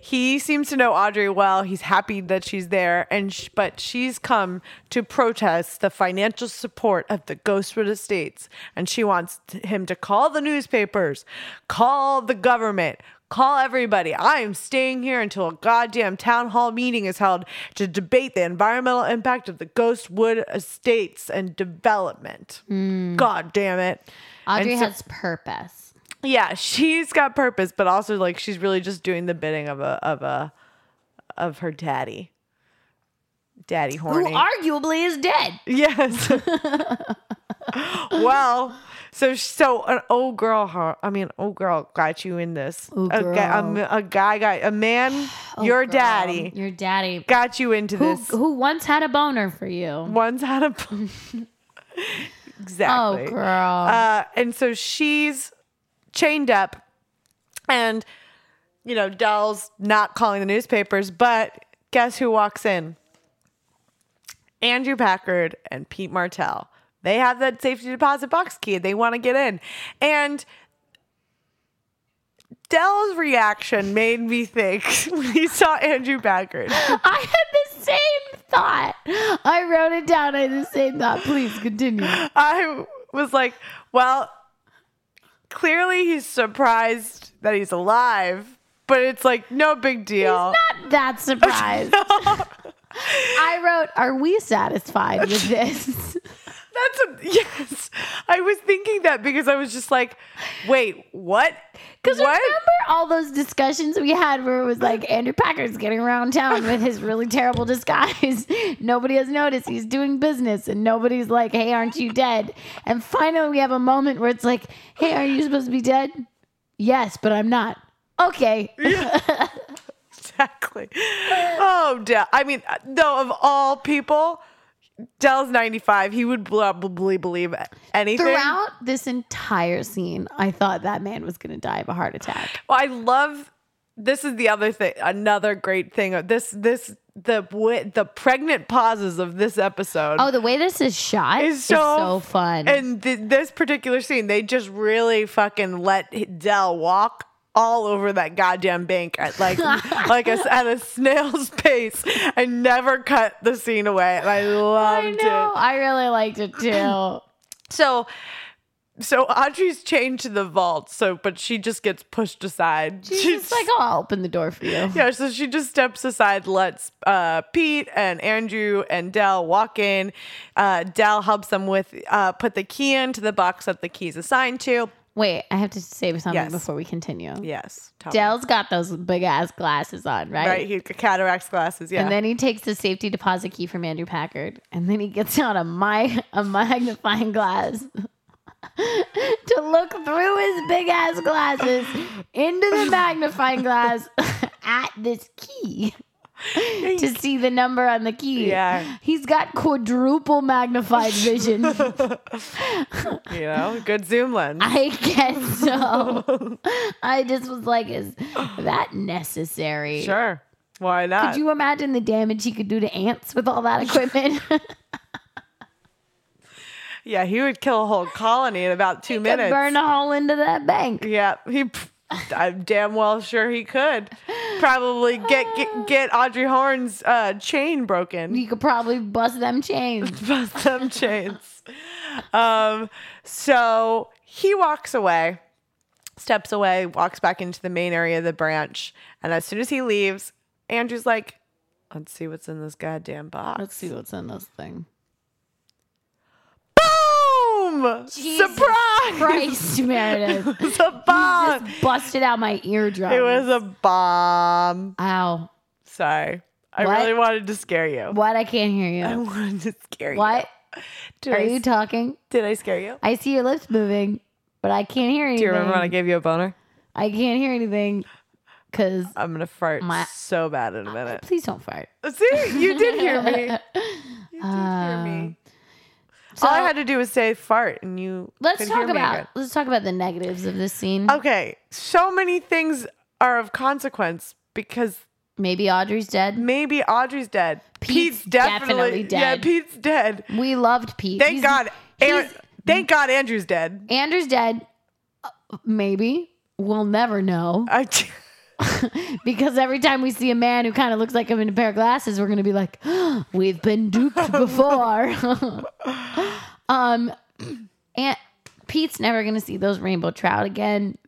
[SPEAKER 1] he seems to know Audrey well. He's happy that she's there, and sh- but she's come to protest the financial support of the Ghostwood Estates, and she wants t- him to call the newspapers, call the government. Call everybody. I am staying here until a goddamn town hall meeting is held to debate the environmental impact of the Ghostwood Estates and development. God damn it. And
[SPEAKER 6] Audrey
[SPEAKER 1] so-
[SPEAKER 6] has purpose.
[SPEAKER 1] yeah, she's got purpose, but also like she's really just doing the bidding of a of a of her daddy. Daddy horny.
[SPEAKER 6] who arguably is dead.
[SPEAKER 1] yes. well, so so an old girl, huh? I mean, old girl got you in this.
[SPEAKER 6] Old
[SPEAKER 1] a, guy, a,
[SPEAKER 6] girl.
[SPEAKER 1] m- a guy got a man, your
[SPEAKER 6] Girl,
[SPEAKER 1] daddy
[SPEAKER 6] Your daddy.
[SPEAKER 1] got you into
[SPEAKER 6] Who,
[SPEAKER 1] this.
[SPEAKER 6] who once had a boner for you.
[SPEAKER 1] One's out of exactly.
[SPEAKER 6] Oh, girl.
[SPEAKER 1] Uh, and so she's chained up, and you know Dell's not calling the newspapers, but guess who walks in? Andrew Packard and Pete Martell. They have that safety deposit box key. They want to get in, and. Dell's reaction made me think when he saw Andrew Packard.
[SPEAKER 6] I had the same thought. I wrote it down. I had the same thought. Please continue.
[SPEAKER 1] I was like, well, clearly he's surprised that he's alive, but it's like no big deal.
[SPEAKER 6] Not that surprised. I wrote, Are we satisfied with this?
[SPEAKER 1] That's a yes. I was thinking that because I was just like, wait, what?
[SPEAKER 6] Because
[SPEAKER 1] What?
[SPEAKER 6] remember all those discussions we had where it was like Andrew Packard's getting around town with his really terrible disguise. Nobody has noticed he's doing business, and nobody's like, "Hey, aren't you dead?" And finally, we have a moment where it's like, "Hey, are you supposed to be dead?" Yes, but I'm not. Okay,
[SPEAKER 1] exactly. Oh, Dell. I mean, though, of all people, Dell's 95. He would probably believe anything.
[SPEAKER 6] Throughout this entire scene, I thought that man was going to die of a heart attack.
[SPEAKER 1] Well, I love this is the other thing another great thing uh, this this the wi- the pregnant pauses of this episode
[SPEAKER 2] Oh, the way this is shot
[SPEAKER 1] is
[SPEAKER 2] is
[SPEAKER 1] so,
[SPEAKER 2] so, fun.
[SPEAKER 1] And th- this particular scene they just really fucking let Dell walk all over that goddamn bank at like like a, at a snail's pace and never cut the scene away and I loved
[SPEAKER 6] I
[SPEAKER 1] it.
[SPEAKER 6] know. I really liked it too.
[SPEAKER 1] So so Audrey's chained to the vault, so but she just gets pushed aside.
[SPEAKER 6] She's just like, "Oh, I'll open the door for you."
[SPEAKER 1] Yeah, so she just steps aside, lets uh, Pete and Andrew and Dell walk in. Uh, Dell helps them with uh, put the key into the box that the key's assigned to.
[SPEAKER 6] Wait, I have to say something
[SPEAKER 1] Yes.
[SPEAKER 6] before we continue.
[SPEAKER 1] Yes, tell me.
[SPEAKER 6] Dell's got those big ass glasses on, right?
[SPEAKER 1] right? He cataracts glasses. Yeah,
[SPEAKER 6] And then he takes the safety deposit key from Andrew Packard, and then he gets out a my a magnifying glass to look through his big ass glasses into the magnifying glass at this key to see the number on the key.
[SPEAKER 1] Yeah.
[SPEAKER 6] he's got quadruple magnified vision.
[SPEAKER 1] you know, good zoom lens.
[SPEAKER 6] I guess so. I just was like, is that necessary?
[SPEAKER 1] Sure, why not?
[SPEAKER 6] Could you imagine the damage he could do to ants with all that equipment?
[SPEAKER 1] yeah, he would kill a whole colony in about two
[SPEAKER 6] Could
[SPEAKER 1] minutes.
[SPEAKER 6] burn a hole into that bank.
[SPEAKER 1] Yeah, he. I'm damn well sure he could. Probably get get, get Audrey Horn's uh, chain broken.
[SPEAKER 6] You could probably bust them chains.
[SPEAKER 1] bust them chains. Um, so he walks away, steps away, walks back into the main area of the branch, and as soon as he leaves, Andrew's like, "Let's see what's in this goddamn box."
[SPEAKER 6] Let's see what's in this thing.
[SPEAKER 1] Boom!
[SPEAKER 6] Jesus
[SPEAKER 1] Surprise!
[SPEAKER 6] Christ, Meredith.
[SPEAKER 1] It's a bomb.
[SPEAKER 6] Just busted out my eardrum.
[SPEAKER 1] It was a bomb.
[SPEAKER 6] Ow.
[SPEAKER 1] Sorry, I
[SPEAKER 6] What?
[SPEAKER 1] really wanted to scare you.
[SPEAKER 6] What? I can't hear
[SPEAKER 1] I
[SPEAKER 6] you.
[SPEAKER 1] wanted to scare
[SPEAKER 6] What?
[SPEAKER 1] you. Did,
[SPEAKER 6] Are
[SPEAKER 1] I,
[SPEAKER 6] you talking?
[SPEAKER 1] did I scare you?
[SPEAKER 6] I see your lips moving, but I can't hear anything.
[SPEAKER 1] Do you remember when I gave you a boner?
[SPEAKER 6] I can't hear anything because.
[SPEAKER 1] I'm gonna fart
[SPEAKER 6] My-
[SPEAKER 1] so bad in a minute.
[SPEAKER 6] Please don't fart.
[SPEAKER 1] See, you did hear me. You did hear
[SPEAKER 6] Um,
[SPEAKER 1] me. All I had to do was say fart, and you.
[SPEAKER 6] Let's
[SPEAKER 1] could hear
[SPEAKER 6] talk
[SPEAKER 1] me
[SPEAKER 6] about
[SPEAKER 1] again. Um,
[SPEAKER 6] let's talk about the negatives of this scene.
[SPEAKER 1] Okay, so many things are of consequence because
[SPEAKER 6] Maybe Audrey's dead.
[SPEAKER 1] maybe Audrey's dead.
[SPEAKER 6] Pete's definitely
[SPEAKER 1] Yeah,
[SPEAKER 6] dead.
[SPEAKER 1] Pete's dead.
[SPEAKER 6] We loved Pete.
[SPEAKER 1] Thank
[SPEAKER 6] He's-
[SPEAKER 1] God. An-
[SPEAKER 6] he's-
[SPEAKER 1] thank God Andrew's dead.
[SPEAKER 6] Andrew's dead. Uh, Maybe we'll never know
[SPEAKER 1] I,
[SPEAKER 6] because every time we see a man who kind of looks like him in a pair of glasses, we're gonna be like, "We've been duped before." um, and Pete's never gonna see those rainbow trout again.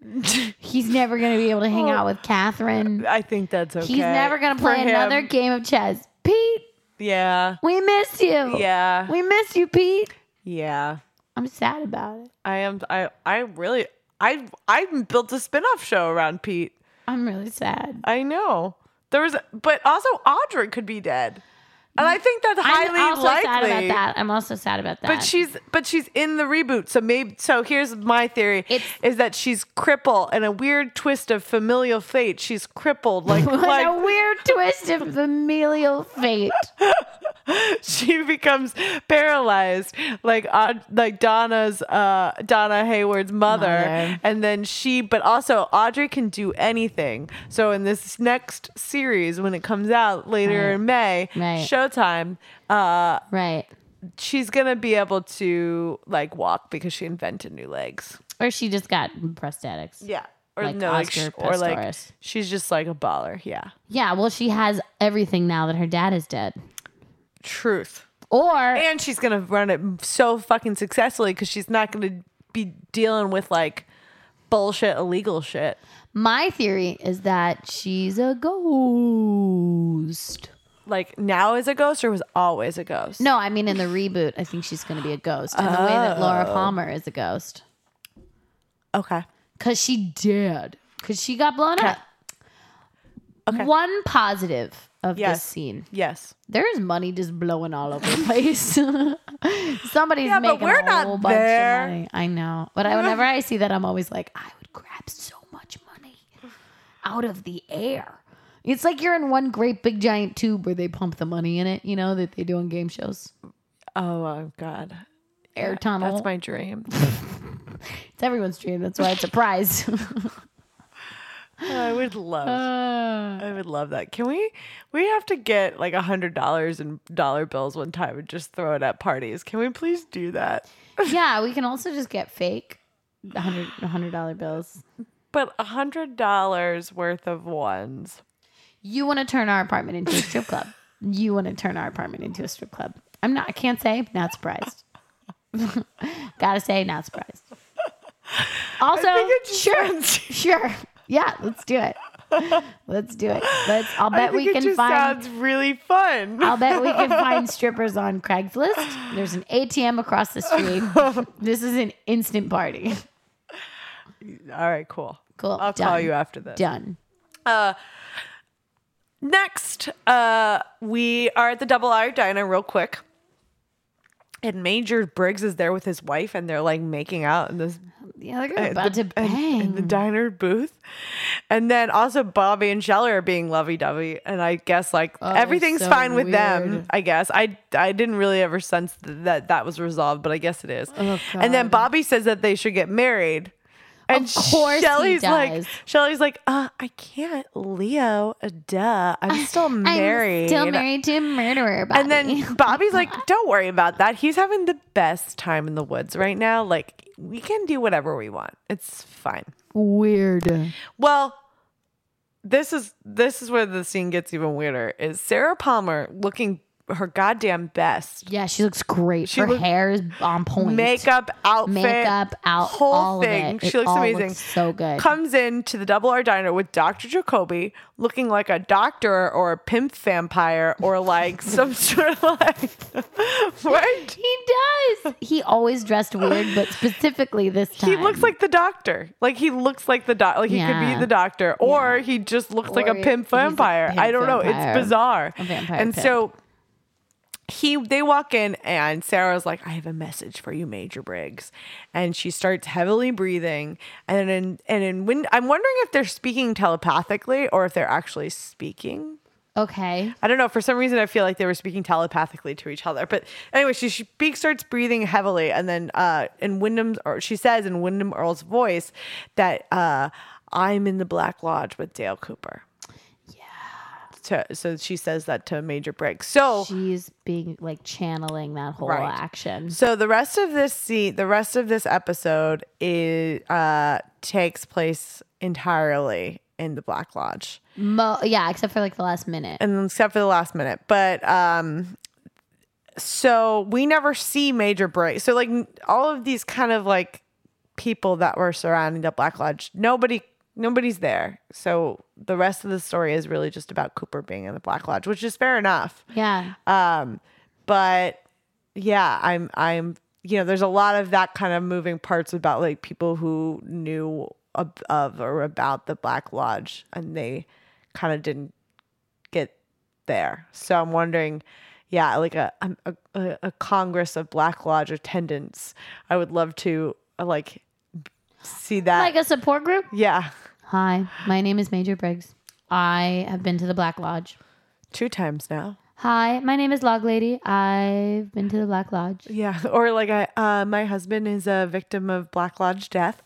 [SPEAKER 6] He's never gonna be able to
[SPEAKER 1] Oh.
[SPEAKER 6] hang out with Catherine.
[SPEAKER 1] I think that's okay.
[SPEAKER 6] He's never gonna play
[SPEAKER 1] for him.
[SPEAKER 6] another game of chess. Pete,
[SPEAKER 1] Yeah.
[SPEAKER 6] we miss you.
[SPEAKER 1] Yeah.
[SPEAKER 6] we miss you, Pete.
[SPEAKER 1] Yeah.
[SPEAKER 6] I'm sad about it.
[SPEAKER 1] I am. I. I really. I. I built a spin-off show around Pete.
[SPEAKER 6] I'm really sad.
[SPEAKER 1] I know. There was, but also Audra could be dead, and I think that's highly
[SPEAKER 6] I'm also
[SPEAKER 1] likely.
[SPEAKER 6] sad about that. I'm also sad about that.
[SPEAKER 1] But she's but she's in the reboot, so maybe. So here's my theory:
[SPEAKER 6] It's-
[SPEAKER 1] is that she's crippled in a weird twist of familial fate. She's crippled, like
[SPEAKER 6] What a
[SPEAKER 1] like
[SPEAKER 6] weird twist of familial fate.
[SPEAKER 1] she becomes paralyzed, like uh, like Donna's uh, Donna Hayward's mother,
[SPEAKER 6] Mother.
[SPEAKER 1] and then she. But also Audrey can do anything. So in this next series, when it comes out later in May,
[SPEAKER 6] Right.
[SPEAKER 1] Showtime. Uh,
[SPEAKER 6] Right.
[SPEAKER 1] she's gonna be able to like walk because she invented new legs.
[SPEAKER 6] Or she just got prosthetics.
[SPEAKER 1] Yeah. Or
[SPEAKER 6] Like
[SPEAKER 1] no, like, sh-
[SPEAKER 6] Oscar
[SPEAKER 1] or like
[SPEAKER 6] Pistorius.
[SPEAKER 1] she's just like a baller. Yeah.
[SPEAKER 6] Yeah, well, she has everything now that her dad is dead.
[SPEAKER 1] Truth.
[SPEAKER 6] Or
[SPEAKER 1] And she's gonna run it so fucking successfully because she's not gonna be dealing with like
[SPEAKER 7] bullshit, illegal shit.
[SPEAKER 6] My theory is that she's a ghost.
[SPEAKER 1] Like now is a ghost or was always a ghost?
[SPEAKER 6] No, I mean in the reboot, I think she's going to be a ghost in the way that Laura
[SPEAKER 1] Oh.
[SPEAKER 6] Palmer is a ghost
[SPEAKER 1] Okay.
[SPEAKER 6] because she did because she got blown up. One positive of
[SPEAKER 1] Yes.
[SPEAKER 6] this scene:
[SPEAKER 1] Yes.
[SPEAKER 6] there's money just blowing all over the place. Somebody's
[SPEAKER 1] Yeah, but
[SPEAKER 6] making
[SPEAKER 1] we're
[SPEAKER 6] a
[SPEAKER 1] not
[SPEAKER 6] whole
[SPEAKER 1] there.
[SPEAKER 6] bunch of money. I know, but I, whenever I see that, I'm always like, I would grab so much money out of the air. It's like you're in one great big giant tube where they pump the money in it. You know that they do on game shows.
[SPEAKER 1] Oh, oh God.
[SPEAKER 6] Air tunnel.
[SPEAKER 1] That's my dream.
[SPEAKER 6] It's everyone's dream. That's why it's a prize.
[SPEAKER 1] I would love. I would love that. Can we? We have to get like a hundred dollars in dollar bills one time and just throw it at parties. Can we please do that?
[SPEAKER 6] yeah, we can also just get fake hundred hundred dollar bills.
[SPEAKER 1] But a hundred dollars worth of ones.
[SPEAKER 6] You want to turn our apartment into a strip club. You want to turn our apartment into a strip club. I'm not. I can't say. Not surprised. Gotta say, not surprised. Also, sure, sure, yeah. Let's do it. Let's do it. Let's. I'll
[SPEAKER 1] I
[SPEAKER 6] bet
[SPEAKER 1] think
[SPEAKER 6] we
[SPEAKER 1] it
[SPEAKER 6] can
[SPEAKER 1] just
[SPEAKER 6] find.
[SPEAKER 1] sounds really fun.
[SPEAKER 6] I'll bet we can find strippers on Craigslist. There's an ATM across the street. this is an instant party.
[SPEAKER 1] All right, cool.
[SPEAKER 6] Cool.
[SPEAKER 1] I'll call
[SPEAKER 6] Done.
[SPEAKER 1] you after this.
[SPEAKER 6] Done.
[SPEAKER 1] Next, uh, we are at the Double R Diner real quick. And Major Briggs is there with his wife, and they're like making out in this
[SPEAKER 6] Yeah, they're
[SPEAKER 1] at
[SPEAKER 6] about
[SPEAKER 1] Uh, the-
[SPEAKER 6] to
[SPEAKER 1] in-
[SPEAKER 6] bang.
[SPEAKER 1] in the diner booth. And then also Bobby and Sheller are being lovey-dovey, and I guess like everything's
[SPEAKER 6] Oh, so
[SPEAKER 1] fine with them.
[SPEAKER 6] weird.
[SPEAKER 1] I guess I I didn't really ever sense th- that that was resolved, but I guess it is.
[SPEAKER 6] Oh,
[SPEAKER 1] and then Bobby says that they should get married. And
[SPEAKER 6] Of course he
[SPEAKER 1] Shelly's like
[SPEAKER 6] does.
[SPEAKER 1] Shelly's like, uh, I can't, Leo. uh, Duh, I'm still married.
[SPEAKER 6] I'm still married to a murderer. Bobby.
[SPEAKER 1] And then Bobby's like, don't worry about that. He's having the best time in the woods right now. Like, we can do whatever we want. It's fine.
[SPEAKER 5] Weird.
[SPEAKER 1] Well, this is this is where the scene gets even weirder. Is Sarah Palmer looking her goddamn best?
[SPEAKER 6] yeah, she looks great.
[SPEAKER 1] She
[SPEAKER 6] Her
[SPEAKER 1] look-
[SPEAKER 6] hair is on point.
[SPEAKER 1] Makeup, outfit,
[SPEAKER 6] Makeup, out-
[SPEAKER 1] whole
[SPEAKER 6] all of
[SPEAKER 1] thing.
[SPEAKER 6] it. It
[SPEAKER 1] She looks
[SPEAKER 6] all
[SPEAKER 1] amazing.
[SPEAKER 6] looks so good.
[SPEAKER 1] Comes in to the Double R Diner with Dr. Jacoby, looking like a doctor or a pimp vampire or like some sort of like what?
[SPEAKER 6] He does. He always dressed weird, but specifically this time.
[SPEAKER 1] He looks like the doctor. Like he looks like the doc. Like he could
[SPEAKER 6] Yeah.
[SPEAKER 1] be the doctor, or he just looks like a
[SPEAKER 6] Or
[SPEAKER 1] pimp
[SPEAKER 6] he's a
[SPEAKER 1] vampire.
[SPEAKER 6] pimp
[SPEAKER 1] I don't know.
[SPEAKER 6] vampire.
[SPEAKER 1] It's bizarre.
[SPEAKER 6] A vampire
[SPEAKER 1] and
[SPEAKER 6] pimp.
[SPEAKER 1] so he, they walk in, and Sarah's like, "I have a message for you, Major Briggs," and she starts heavily breathing. And in, and in when I'm wondering if they're speaking telepathically or if they're actually speaking.
[SPEAKER 6] okay.
[SPEAKER 1] I don't know. For some reason, I feel like they were speaking telepathically to each other. But anyway, she, she speaks, starts breathing heavily, and then uh, in Wyndham's, or she says in Wyndham Earl's voice that uh, I'm in the Black Lodge with Dale Cooper. Yeah. To, so she says that to Major Briggs. So
[SPEAKER 6] She's being like channeling that whole
[SPEAKER 1] Right.
[SPEAKER 6] action.
[SPEAKER 1] so the rest of this scene, the rest of this episode is uh, takes place entirely in the Black Lodge.
[SPEAKER 6] Mo- yeah, except for like the last minute.
[SPEAKER 1] and except for the last minute. But um, so we never see Major Break. So like n- all of these kind of like people that were surrounding the Black Lodge, nobody, nobody's there. So the rest of the story is really just about Cooper being in the Black Lodge, which is fair enough.
[SPEAKER 6] yeah.
[SPEAKER 1] Um, but yeah, I'm, I'm, you know, there's a lot of that kind of moving parts about like people who knew of, of or about the Black Lodge and they kind of didn't get there. So I'm wondering, yeah, like a um, a, a, a congress of Black Lodge attendants. I would love to uh, like see that.
[SPEAKER 6] like a support group.
[SPEAKER 1] yeah,
[SPEAKER 6] Hi, my name is Major Briggs. I have been to the Black Lodge.
[SPEAKER 1] two times now.
[SPEAKER 6] Hi, my name is Log Lady. I've been to the Black Lodge.
[SPEAKER 1] Yeah, or like I, uh, my husband is a victim of Black Lodge death,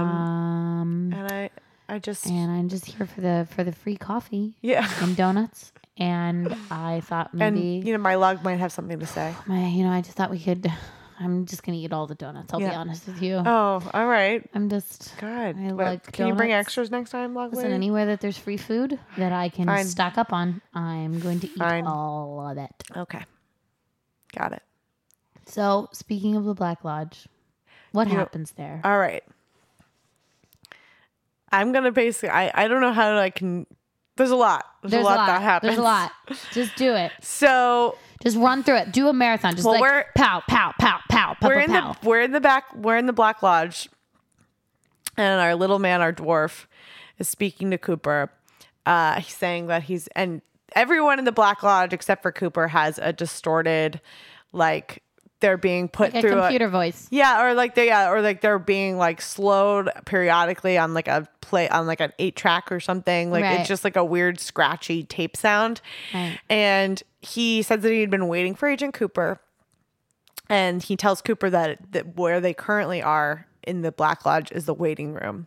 [SPEAKER 6] Um,
[SPEAKER 1] and I I just
[SPEAKER 6] and I'm just here for the for the free coffee
[SPEAKER 1] yeah.
[SPEAKER 6] and donuts. And I thought
[SPEAKER 1] And
[SPEAKER 6] maybe
[SPEAKER 1] you know my log might have something to say.
[SPEAKER 6] my, you know, I just thought we could. I'm just gonna eat all the donuts. I'll be
[SPEAKER 1] Yeah.
[SPEAKER 6] honest with you.
[SPEAKER 1] Oh, all right.
[SPEAKER 6] I'm just
[SPEAKER 1] God,
[SPEAKER 6] I
[SPEAKER 1] What-
[SPEAKER 6] like
[SPEAKER 1] can you bring
[SPEAKER 6] donuts.
[SPEAKER 1] extras next time, log?
[SPEAKER 6] listen.
[SPEAKER 1] lady?
[SPEAKER 6] Anywhere that there's free food that I can
[SPEAKER 1] Fine.
[SPEAKER 6] stock up on, I'm going to eat
[SPEAKER 1] Fine.
[SPEAKER 6] all of it.
[SPEAKER 1] okay, got it. uh,
[SPEAKER 6] So speaking of the Black Lodge, what happens there?
[SPEAKER 1] All right. I'm gonna basically. I I don't know how I can. There's a lot. There's,
[SPEAKER 6] There's
[SPEAKER 1] a lot, that happens.
[SPEAKER 6] There's a lot. Just do it.
[SPEAKER 1] So
[SPEAKER 6] Just run through it. Do a marathon. Just
[SPEAKER 1] Well,
[SPEAKER 6] like
[SPEAKER 1] we're-
[SPEAKER 6] pow, pow, pow, pow, pow,
[SPEAKER 1] we're
[SPEAKER 6] pow,
[SPEAKER 1] in
[SPEAKER 6] pow.
[SPEAKER 1] the we're in the back we're in the black lodge and our little man our dwarf is speaking to cooper uh he's saying that he's and everyone in the black lodge except for cooper has a distorted like they're being put
[SPEAKER 6] Like a
[SPEAKER 1] through
[SPEAKER 6] computer voice.
[SPEAKER 1] yeah, or like they yeah, or like they're being like slowed periodically on like a play on like an eight track or something. Like
[SPEAKER 6] Right.
[SPEAKER 1] it's just like a weird scratchy tape sound.
[SPEAKER 6] Right.
[SPEAKER 1] And he says that he'd been waiting for Agent Cooper, and he tells Cooper that that where they currently are in the Black Lodge is the waiting room.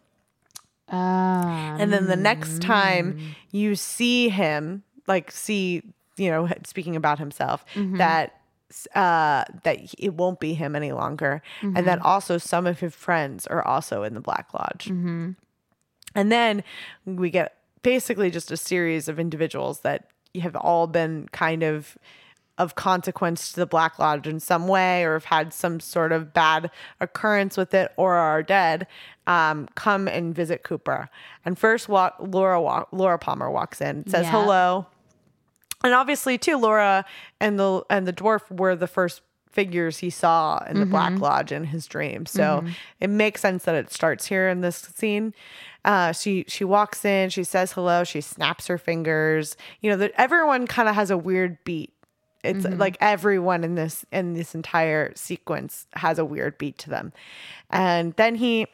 [SPEAKER 6] Ah.
[SPEAKER 1] And then the next time you see him, like see, you know, speaking about himself, that uh that he- it won't be him any longer and that also some of his friends are also in the black lodge and then we get basically just a series of individuals that have all been kind of of consequence to the Black Lodge in some way, or have had some sort of bad occurrence with it, or are dead, um, come and visit Cooper. And first, walk, Laura walk, Laura Palmer walks in, says
[SPEAKER 6] Yeah.
[SPEAKER 1] hello, and obviously too, Laura and the and the dwarf were the first figures he saw in the Black Lodge in his dream. So it makes sense that it starts here in this scene. Uh, she she walks in, she says hello, she snaps her fingers. You know, that everyone kind of has a weird beat. It's like everyone in this in this entire sequence has a weird beat to them, and then he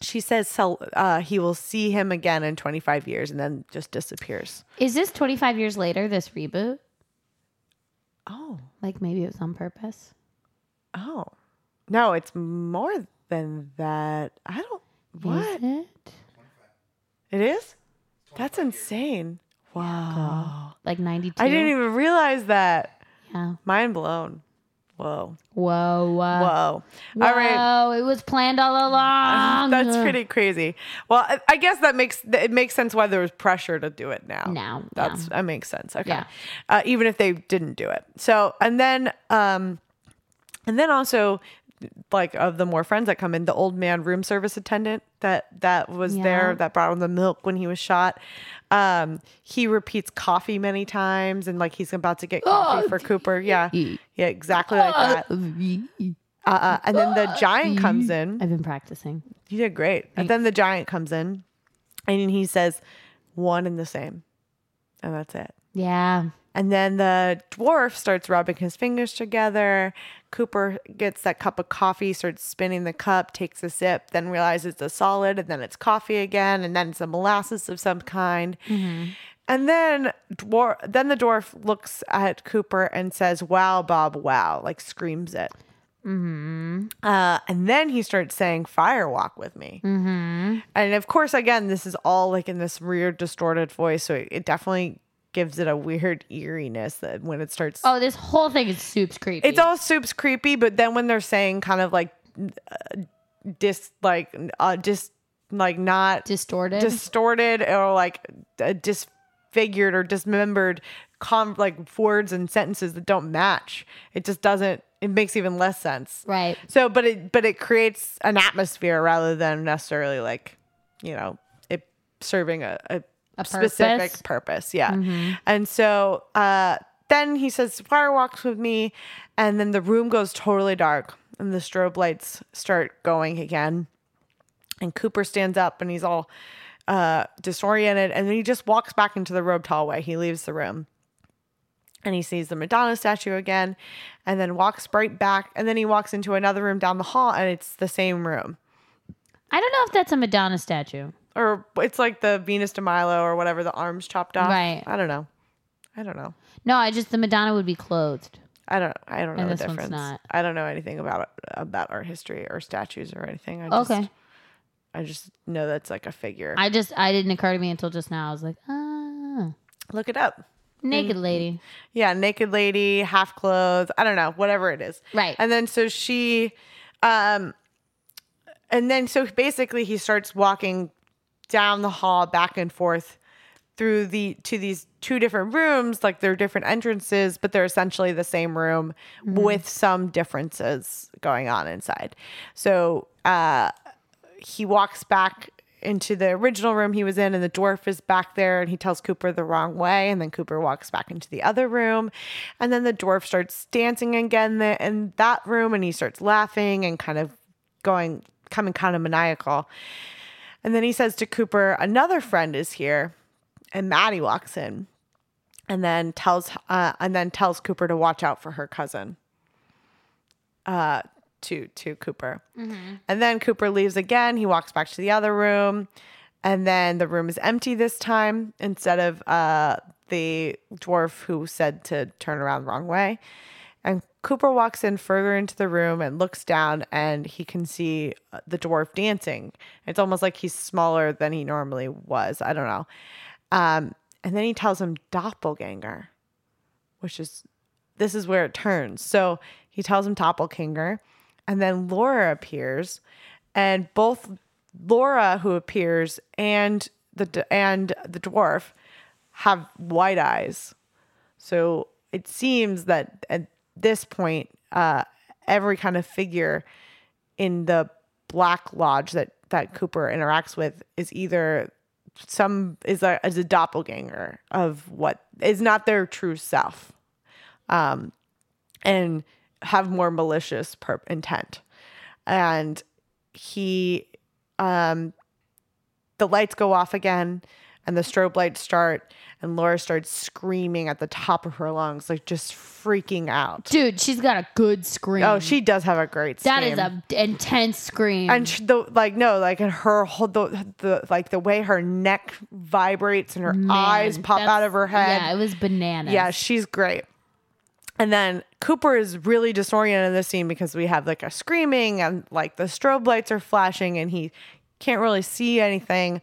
[SPEAKER 1] she says so, uh, he will see him again in twenty five years, and then just disappears.
[SPEAKER 6] Is this 25 years later, this reboot?
[SPEAKER 1] Oh,
[SPEAKER 6] Like maybe it was on purpose?
[SPEAKER 1] Oh. No, it's more than that. I don't what?
[SPEAKER 6] Is it?
[SPEAKER 1] It is? That's insane. Wow.
[SPEAKER 6] Like 92?
[SPEAKER 1] I didn't e- even realize that.
[SPEAKER 6] Yeah.
[SPEAKER 1] Mind blown. Whoa.
[SPEAKER 6] Whoa, whoa.
[SPEAKER 1] Whoa.
[SPEAKER 6] Whoa,
[SPEAKER 1] All right.
[SPEAKER 6] it was planned all along.
[SPEAKER 1] That's pretty crazy. Well, I- I guess that makes th- it makes sense why there was pressure to do it now.
[SPEAKER 6] Now, yeah.
[SPEAKER 1] that's that makes sense. Okay,
[SPEAKER 6] Yeah.
[SPEAKER 1] uh, even if they didn't do it. So and then um, and then also like of the more friends that come in, the old man room service attendant that that was there
[SPEAKER 6] Yeah.
[SPEAKER 1] that brought him the milk when he was shot. Um, he repeats coffee many times and like he's about to get coffee for Cooper. Yeah, yeah, exactly like that. Uh, uh, and then the giant comes in.
[SPEAKER 6] I've been practicing.
[SPEAKER 1] You did great. And then the giant comes in and he says, one and the same. And that's it.
[SPEAKER 6] Yeah.
[SPEAKER 1] And then the dwarf starts rubbing his fingers together. Cooper gets that cup of coffee, starts spinning the cup, takes a sip, then realizes it's a solid, and then it's coffee again, and then it's a molasses of some kind. And then dwarf, then the dwarf looks at Cooper and says, "Wow, Bob, wow!" Like screams it. Uh, and then he starts saying, "Fire walk with me." And of course, again, this is all like in this weird, distorted voice. So it, it definitely gives it a weird eeriness that when it starts.
[SPEAKER 6] Oh, this whole thing is soups creepy.
[SPEAKER 1] It's all soup's creepy, but then when they're saying kind of like uh, dis, like, uh, dis, like not
[SPEAKER 6] distorted.
[SPEAKER 1] distorted or like uh, disfigured or dismembered com- like words and sentences that don't match. It just doesn't, it makes even less sense.
[SPEAKER 6] right.
[SPEAKER 1] So, but it but it creates an atmosphere rather than necessarily like, you know, it serving a, a,
[SPEAKER 6] A
[SPEAKER 1] specific
[SPEAKER 6] purpose. Mm-hmm.
[SPEAKER 1] purpose. Yeah. And so uh, then he says, "Fire walks with me," and then the room goes totally dark, and the strobe lights start going again. And Cooper stands up, and he's all uh, disoriented, and then he just walks back into the robed hallway. He leaves the room and he sees the Madonna statue again and then walks right back and then he walks into another room down the hall and it's the same room
[SPEAKER 6] I don't know if that's a Madonna statue.
[SPEAKER 1] or it's like the Venus de Milo or whatever the arms chopped off
[SPEAKER 6] Right.
[SPEAKER 1] I don't know I don't know
[SPEAKER 6] No, I just, the Madonna would be clothed.
[SPEAKER 1] I don't I don't know
[SPEAKER 6] And
[SPEAKER 1] the
[SPEAKER 6] this one's
[SPEAKER 1] difference
[SPEAKER 6] not.
[SPEAKER 1] I don't know anything about about art history or statues or anything I just,
[SPEAKER 6] Okay.
[SPEAKER 1] I just know that's like a figure
[SPEAKER 6] I just, I didn't occur to me until just now. I was like, ah,
[SPEAKER 1] look it up Mm.
[SPEAKER 6] naked lady.
[SPEAKER 1] Yeah, naked lady, half clothes, I don't know, whatever it is.
[SPEAKER 6] Right.
[SPEAKER 1] And then so she um and then so basically he starts walking down the hall back and forth through the to these two different rooms, like they're different entrances, but they're essentially the same room with some differences going on inside. So uh he walks back into the original room he was in, and the dwarf is back there, and he tells Cooper the wrong way, and then Cooper walks back into the other room, and then the dwarf starts dancing again th- in that room, and he starts laughing and kind of going, coming kind of maniacal. And then he says to Cooper, another friend is here. And Maddie walks in and then tells uh, and then tells Cooper to watch out for her cousin. Uh to to Cooper. And then Cooper leaves again. He walks back to the other room. And then the room is empty this time instead of uh the dwarf who said to turn around the wrong way. And Cooper walks in further into the room and looks down, and he can see uh, the dwarf dancing. It's almost like he's smaller than he normally was. I don't know. Um, and then he tells him doppelganger, which is this is where it turns. So he tells him doppelganger, and then Laura appears, and both Laura who appears and the d- and the dwarf have white eyes. So it seems that at this point, uh, every kind of figure in the Black Lodge that that Cooper interacts with is either some is a, is a doppelganger of what is not their true self, um, and have more malicious per- intent, and he um the lights go off again and the strobe lights start and Laura starts screaming at the top of her lungs like just freaking out.
[SPEAKER 6] Dude, she's got a good scream.
[SPEAKER 1] Oh, she does have a great
[SPEAKER 6] That is
[SPEAKER 1] scream.
[SPEAKER 6] a d- intense scream.
[SPEAKER 1] and she, the like no like and her whole the, the like the way her neck vibrates and her
[SPEAKER 6] Man,
[SPEAKER 1] eyes pop out
[SPEAKER 6] that's-
[SPEAKER 1] of her head.
[SPEAKER 6] Yeah, it was bananas.
[SPEAKER 1] Yeah, she's great. And then Cooper is really disoriented in this scene because we have like a screaming and like the strobe lights are flashing and he can't really see anything.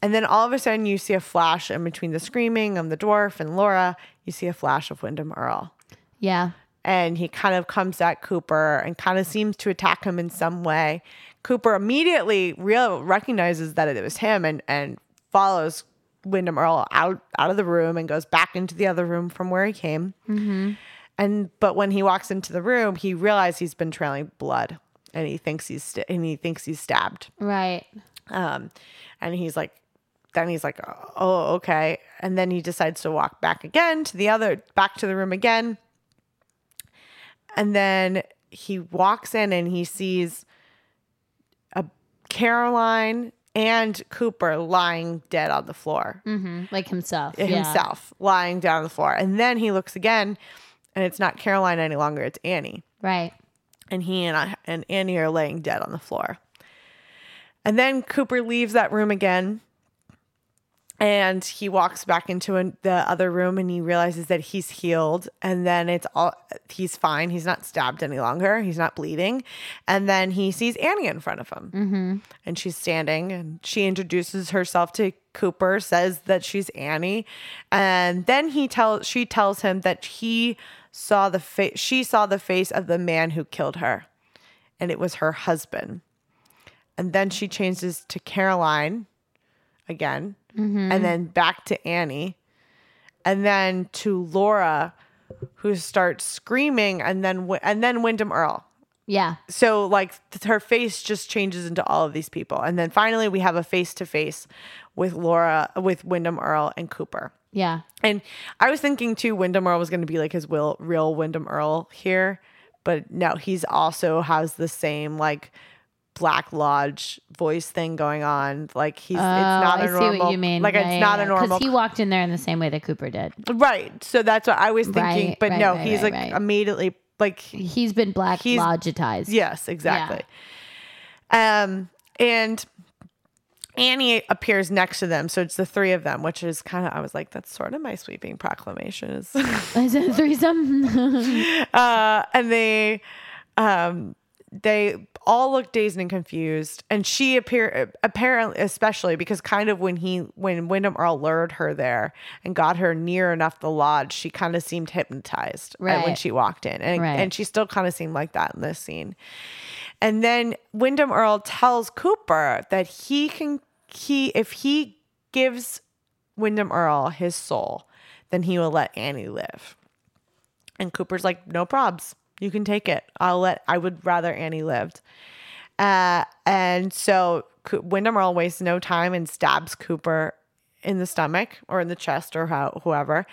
[SPEAKER 1] And then all of a sudden you see a flash in between the screaming and the dwarf and Laura, you see a flash of Wyndham Earl.
[SPEAKER 6] yeah.
[SPEAKER 1] And he kind of comes at Cooper and kind of seems to attack him in some way. Cooper immediately real recognizes that it was him and and follows Wyndham Earl out out of the room and goes back into the other room from where he came. And but when he walks into the room, he realizes he's been trailing blood, and he thinks he's st- and he thinks he's stabbed.
[SPEAKER 6] Right.
[SPEAKER 1] Um, and he's like, then he's like, oh okay. And then he decides to walk back again to the other back to the room again. And then he walks in and he sees a Caroline and Cooper lying dead on the floor
[SPEAKER 6] hmm Like himself. yeah.
[SPEAKER 1] himself lying down on the floor. And then he looks again, and it's not Caroline any longer, it's Annie.
[SPEAKER 6] Right.
[SPEAKER 1] And he and I and Annie are laying dead on the floor. And then Cooper leaves that room again. And he walks back into an, the other room and he realizes that he's healed. And then it's all, he's fine. He's not stabbed any longer. He's not bleeding. And then he sees Annie in front of him. And she's standing and she introduces herself to Cooper, says that she's Annie. And then he tells, she tells him that he saw the face, she saw the face of the man who killed her. And it was her husband and then she changes to Caroline again, and then back to Annie, and then to Laura, who starts screaming, and then Wy- and then Wyndham Earl.
[SPEAKER 6] Yeah.
[SPEAKER 1] So like th- her face just changes into all of these people, and then finally we have a face to face with Laura, with Wyndham Earl and Cooper.
[SPEAKER 6] Yeah.
[SPEAKER 1] And I was thinking too, Wyndham Earl was going to be like his will, real Wyndham Earl here, but no, he's also has the same like Black Lodge voice thing going on. Like he's it's not
[SPEAKER 6] Oh, I
[SPEAKER 1] a normal,
[SPEAKER 6] see what you mean.
[SPEAKER 1] like
[SPEAKER 6] Yeah,
[SPEAKER 1] it's
[SPEAKER 6] yeah,
[SPEAKER 1] not
[SPEAKER 6] yeah.
[SPEAKER 1] a normal.
[SPEAKER 6] he walked in there in the same way that Cooper did.
[SPEAKER 1] right. So that's what I was thinking.
[SPEAKER 6] Right,
[SPEAKER 1] but
[SPEAKER 6] right,
[SPEAKER 1] no,
[SPEAKER 6] right,
[SPEAKER 1] he's
[SPEAKER 6] right,
[SPEAKER 1] like
[SPEAKER 6] right.
[SPEAKER 1] immediately like
[SPEAKER 6] He's been black
[SPEAKER 1] He's-
[SPEAKER 6] lodgetized.
[SPEAKER 1] Yes, exactly. Um, and Annie appears next to them, so it's the three of them, which is kind of I was like, that's sort of my sweeping proclamation. Is
[SPEAKER 6] Is it a threesome?
[SPEAKER 1] uh, and they um, they all look dazed and confused and she appear apparently especially because kind of when he when wyndham earl lured her there and got her near enough the lodge she kind of seemed hypnotized uh, when
[SPEAKER 6] Right.
[SPEAKER 1] she walked in and,
[SPEAKER 6] Right.
[SPEAKER 1] and she still kind of seemed like that in this scene and then wyndham earl tells cooper that he can he if he gives wyndham earl his soul then he will let annie live and Cooper's like, no probs. You can take it. I'll let, I would rather Annie lived. Uh, and so Co- Wyndham Earl wastes no time and stabs Cooper in the stomach or in the chest or how, whoever.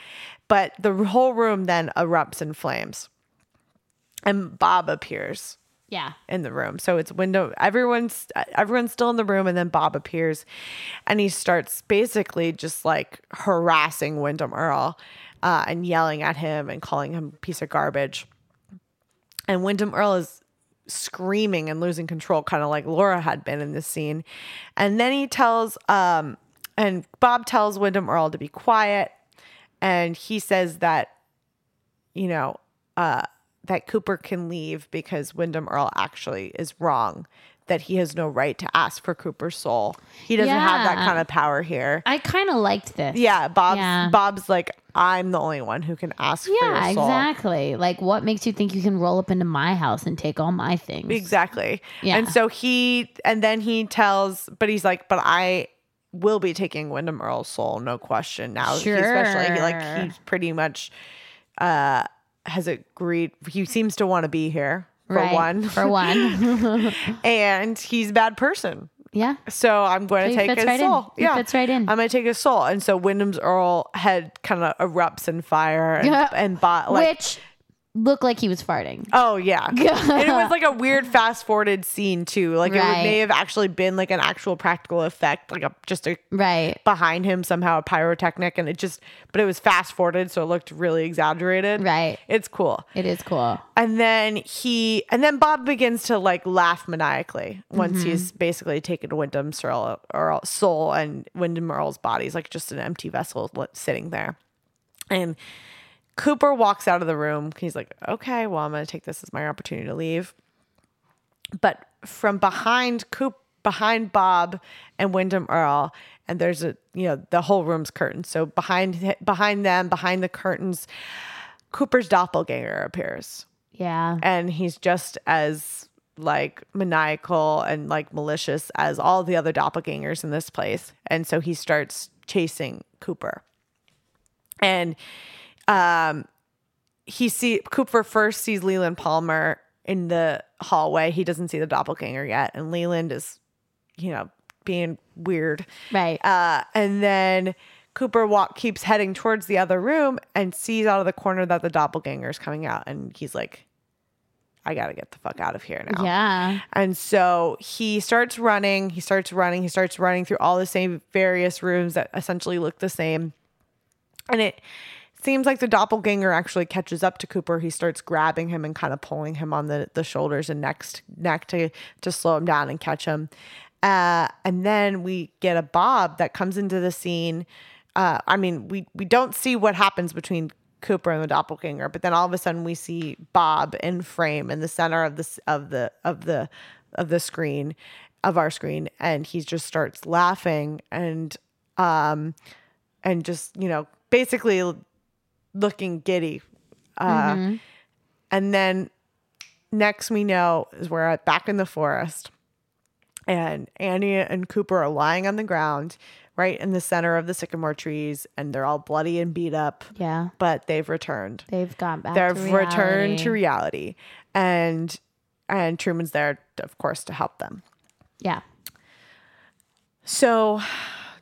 [SPEAKER 1] But the whole room then erupts in flames. And Bob appears
[SPEAKER 6] Yeah.
[SPEAKER 1] in the room. So it's window. Everyone's everyone's still in the room, and then Bob appears, and he starts basically just like harassing Wyndham Earl, uh, and yelling at him and calling him a piece of garbage. And Wyndham Earl is screaming and losing control, kind of like Laura had been in this scene. And then he tells, um, and Bob tells Wyndham Earl to be quiet, and he says that you know, uh, that Cooper can leave because Wyndham Earl actually is wrong, that he has no right to ask for Cooper's soul. He doesn't have that
[SPEAKER 6] Yeah.
[SPEAKER 1] kind of power here.
[SPEAKER 6] I kind of liked this.
[SPEAKER 1] Yeah, Bob's
[SPEAKER 6] Yeah.
[SPEAKER 1] Bob's like, I'm the only one who can ask for your
[SPEAKER 6] Yeah,
[SPEAKER 1] soul.
[SPEAKER 6] exactly. Like, what makes you think you can roll up into my house and take all my things?
[SPEAKER 1] Exactly.
[SPEAKER 6] Yeah.
[SPEAKER 1] And so he and then he tells, but he's like, but I will be taking Wyndham Earl's soul, no question. Now, He- especially he, like
[SPEAKER 6] Sure.
[SPEAKER 1] he's pretty much uh has agreed. He seems to want to be here for
[SPEAKER 6] Right,
[SPEAKER 1] one.
[SPEAKER 6] For one.
[SPEAKER 1] and he's a bad person.
[SPEAKER 6] yeah.
[SPEAKER 1] So I'm going
[SPEAKER 6] So
[SPEAKER 1] to
[SPEAKER 6] he
[SPEAKER 1] take
[SPEAKER 6] fits
[SPEAKER 1] his
[SPEAKER 6] right in.
[SPEAKER 1] soul.
[SPEAKER 6] He fits right in.
[SPEAKER 1] I'm going to take his soul. And so Wyndham's Earl head kind of erupts in fire and,
[SPEAKER 6] Yeah.
[SPEAKER 1] and bought like.
[SPEAKER 6] Which looked like he was farting.
[SPEAKER 1] Oh yeah, and it was like a weird fast-forwarded scene too. Like it would-
[SPEAKER 6] Right.
[SPEAKER 1] may have actually been like an actual practical effect, like a, just a
[SPEAKER 6] Right.
[SPEAKER 1] behind him somehow a pyrotechnic, and it just, but it was fast-forwarded, so it looked really exaggerated.
[SPEAKER 6] Right.
[SPEAKER 1] It's cool.
[SPEAKER 6] It is cool.
[SPEAKER 1] And then he, and then Bob begins to like laugh maniacally once he's basically taken Wyndham's Earl, Earl, soul and Wyndham Earl's body is like just an empty vessel li- sitting there. And Cooper walks out of the room. He's like, okay, well, I'm going to take this as my opportunity to leave. But from behind Coop, behind Bob and Wyndham Earl, and there's a, you know, the whole room's curtains. So behind, behind them, behind the curtains, Cooper's doppelganger appears
[SPEAKER 6] Yeah.
[SPEAKER 1] and he's just as like maniacal and like malicious as all the other doppelgangers in this place and so he starts chasing cooper and um he see cooper first sees leland palmer in the hallway he doesn't see the doppelganger yet and leland is you know being weird
[SPEAKER 6] Right.
[SPEAKER 1] uh, and then Cooper walk keeps heading towards the other room and sees out of the corner that the doppelganger is coming out, and he's like, "I gotta get the fuck out of here now."
[SPEAKER 6] yeah.
[SPEAKER 1] And so he starts running. He starts running. He starts running through all the same various rooms that essentially look the same, and it seems like the doppelganger actually catches up to Cooper. He starts grabbing him and kind of pulling him on the, the shoulders and next neck to to slow him down and catch him. Uh, and then we get a Bob that comes into the scene. Uh, I mean, we we don't see what happens between Cooper and the doppelganger, but then all of a sudden we see Bob in frame in the center of this of the of the of the screen of our screen, and he just starts laughing and um and just you know basically looking giddy. Uh,
[SPEAKER 6] Mm-hmm.
[SPEAKER 1] And then next we know is we're at- back in the forest, and Annie and Cooper are lying on the ground right in the center of the sycamore trees, and they're all bloody and beat up,
[SPEAKER 6] Yeah.
[SPEAKER 1] but they've returned.
[SPEAKER 6] They've gone back.
[SPEAKER 1] They've
[SPEAKER 6] to
[SPEAKER 1] returned to reality,
[SPEAKER 6] reality.
[SPEAKER 1] and and Truman's there, of course, to help them.
[SPEAKER 6] yeah.
[SPEAKER 1] So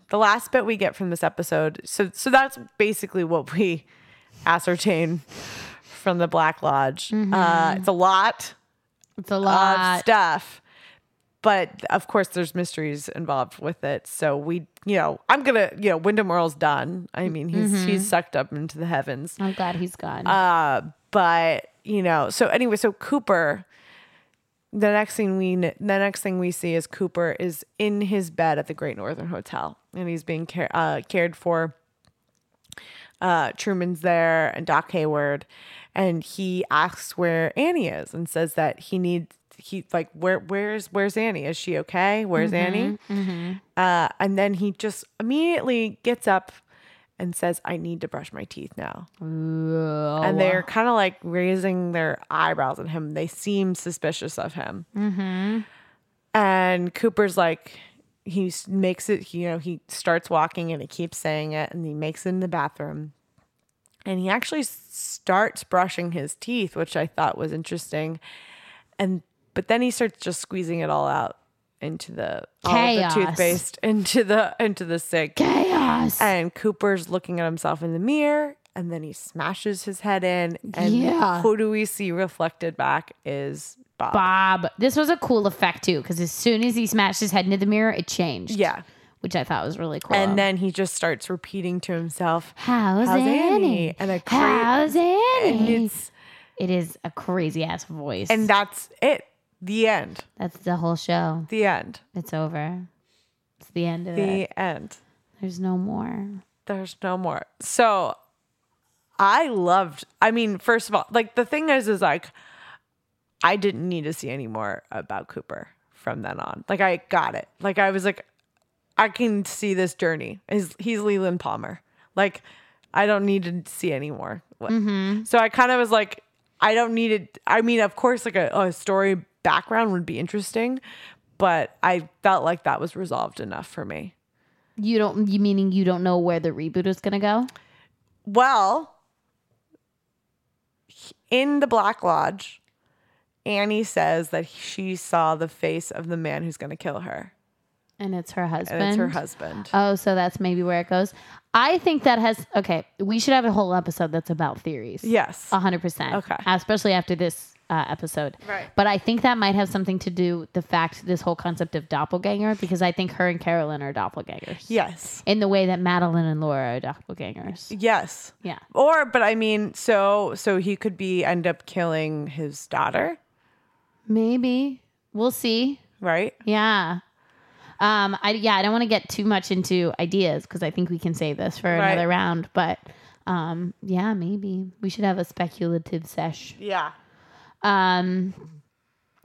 [SPEAKER 1] the last bit we get from this episode, so so that's basically what we ascertain from the Black Lodge. Uh, it's a lot
[SPEAKER 6] It's a
[SPEAKER 1] of
[SPEAKER 6] lot.
[SPEAKER 1] stuff. But of course, there's mysteries involved with it. So we, you know, I'm gonna, you know, Wyndham Earl's done. I mean, he's he's sucked up into the heavens.
[SPEAKER 6] I'm glad he's gone.
[SPEAKER 1] Uh, but you know, so anyway, so Cooper. The next thing we kn- the next thing we see is Cooper is in his bed at the Great Northern Hotel, and he's being care, uh, cared for. Uh, Truman's there and Doc Hayward, and he asks where Annie is and says that he needs he like where where's where's Annie? Is she okay? Where's Annie? Uh, and then he just immediately gets up and says, "I need to brush my teeth now." and they're kind of like raising their eyebrows at him. They seem suspicious of him. Mm-hmm. And Cooper's like, he s- makes it, you know, he starts walking and he keeps saying it and he makes it in the bathroom. And he actually s- starts brushing his teeth, which I thought was interesting. And but But then he starts just squeezing it all out into the all of the
[SPEAKER 6] Chaos.
[SPEAKER 1] toothpaste into the into the sink.
[SPEAKER 6] Chaos.
[SPEAKER 1] And Cooper's looking at himself in the mirror, and then he smashes his head in. And
[SPEAKER 6] Yeah.
[SPEAKER 1] who do we see reflected back is Bob.
[SPEAKER 6] Bob. This was a cool effect too, because as soon as he smashed his head into the mirror, it changed.
[SPEAKER 1] Yeah.
[SPEAKER 6] Which I thought was really cool.
[SPEAKER 1] And then he just starts repeating to himself,
[SPEAKER 6] How's,
[SPEAKER 1] How's
[SPEAKER 6] Annie?
[SPEAKER 1] Annie? And a cra-
[SPEAKER 6] How's
[SPEAKER 1] and
[SPEAKER 6] Annie?
[SPEAKER 1] it's
[SPEAKER 6] It is a crazy ass voice.
[SPEAKER 1] and that's it. The end.
[SPEAKER 6] that's the whole show.
[SPEAKER 1] The end.
[SPEAKER 6] It's over. It's the end of it.
[SPEAKER 1] The end.
[SPEAKER 6] There's no more.
[SPEAKER 1] There's no more. So I loved, I mean, first of all, like the thing is, is like, I didn't need to see any more about Cooper from then on. Like I got it. Like I was like, I can see this journey. He's, he's Leland Palmer. Like I don't need to see anymore. So I kind of was like, I don't need it. I mean, of course, like a, a story background would be interesting, but I felt like that was resolved enough for me.
[SPEAKER 6] You don't. You meaning you don't know where the reboot is gonna go?
[SPEAKER 1] Well, in the Black Lodge, Annie says that she saw the face of the man who's going to kill her,
[SPEAKER 6] And it's her husband.
[SPEAKER 1] and it's her husband.
[SPEAKER 6] Oh, so that's maybe where it goes. I think that has okay. We should have a whole episode that's about theories.
[SPEAKER 1] yes.
[SPEAKER 6] A hundred percent.
[SPEAKER 1] Okay.
[SPEAKER 6] Especially after this uh, episode. Right. But I think that might have something to do with the fact this whole concept of doppelganger because I think her and Carolyn are doppelgangers.
[SPEAKER 1] yes.
[SPEAKER 6] In the way that Madeline and Laura are doppelgangers.
[SPEAKER 1] E Yes.
[SPEAKER 6] Yeah.
[SPEAKER 1] Or, but I mean, so so he could be end up killing his daughter,
[SPEAKER 6] Maybe we'll see.
[SPEAKER 1] right?
[SPEAKER 6] Yeah. Um. I yeah. I don't want to get too much into ideas because I think we can save this for
[SPEAKER 1] Right.
[SPEAKER 6] another round. But um. Yeah. Maybe we should have a speculative sesh.
[SPEAKER 1] Yeah.
[SPEAKER 6] Um.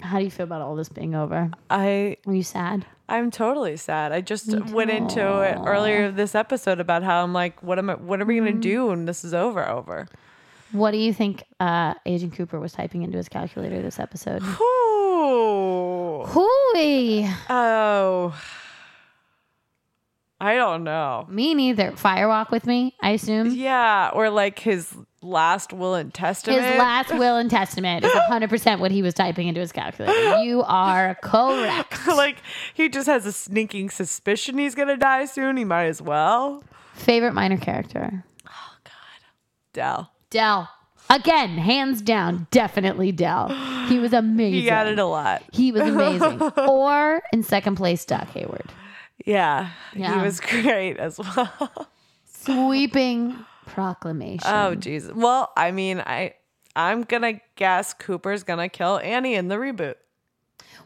[SPEAKER 6] How do you feel about all this being over?
[SPEAKER 1] I
[SPEAKER 6] Are you sad?
[SPEAKER 1] I'm totally sad. I just went into it earlier this episode about how I'm like, what am I? What are we gonna do when this is over? Over.
[SPEAKER 6] What do you think uh, Agent Cooper was typing into his calculator this episode?
[SPEAKER 1] Ooh.
[SPEAKER 6] Hooey!
[SPEAKER 1] Oh, I don't know.
[SPEAKER 6] Me neither. Firewalk with me, I assume.
[SPEAKER 1] Yeah, or like his last will and
[SPEAKER 6] His
[SPEAKER 1] testament.
[SPEAKER 6] last will and testament is 100% what he was typing into his calculator. You are correct.
[SPEAKER 1] like he just has a sneaking suspicion he's gonna die soon. He might as well.
[SPEAKER 6] Favorite minor character?
[SPEAKER 1] Dell.
[SPEAKER 6] Dell. Again, hands down, definitely Dell. He was amazing.
[SPEAKER 1] He added a lot.
[SPEAKER 6] He was amazing. or in second place, Doc Hayward.
[SPEAKER 1] Yeah,
[SPEAKER 6] Yeah.
[SPEAKER 1] he was great as well.
[SPEAKER 6] Sweeping proclamation.
[SPEAKER 1] oh, jeez. Well, I mean, I I'm gonna guess Cooper's gonna kill Annie in the reboot.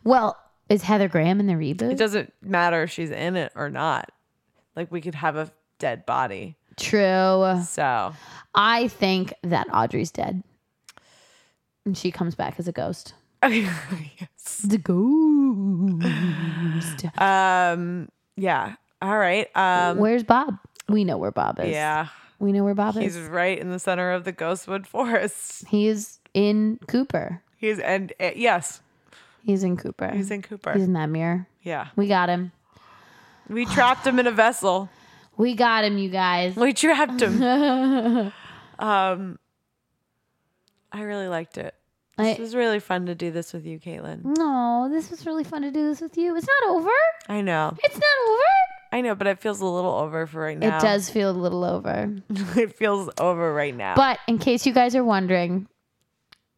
[SPEAKER 6] well, is Heather Graham in the reboot?
[SPEAKER 1] It doesn't matter if she's in it or not. Like we could have a dead body.
[SPEAKER 6] True.
[SPEAKER 1] So
[SPEAKER 6] I think that Audrey's dead. And she comes back as a ghost.
[SPEAKER 1] yes.
[SPEAKER 6] The ghost.
[SPEAKER 1] Um. Yeah. All right. Um.
[SPEAKER 6] Where's Bob? We know where Bob is.
[SPEAKER 1] Yeah.
[SPEAKER 6] We know where Bob
[SPEAKER 1] He's
[SPEAKER 6] is.
[SPEAKER 1] right in the center of the Ghostwood Forest.
[SPEAKER 6] He is in Cooper.
[SPEAKER 1] He's and uh, yes,
[SPEAKER 6] He's in Cooper.
[SPEAKER 1] he's in Cooper.
[SPEAKER 6] He's in that mirror.
[SPEAKER 1] yeah.
[SPEAKER 6] We got him.
[SPEAKER 1] We trapped him in a vessel.
[SPEAKER 6] We got him, you guys.
[SPEAKER 1] We trapped him. um. I really liked it.
[SPEAKER 6] I-
[SPEAKER 1] This was really fun to do this with you, Caitlin.
[SPEAKER 6] No, this was really fun to do this with you. It's not over.
[SPEAKER 1] I know.
[SPEAKER 6] It's not over.
[SPEAKER 1] I know, but it feels a little over for right now.
[SPEAKER 6] It does feel a little over.
[SPEAKER 1] it feels over right now.
[SPEAKER 6] But in case you guys are wondering,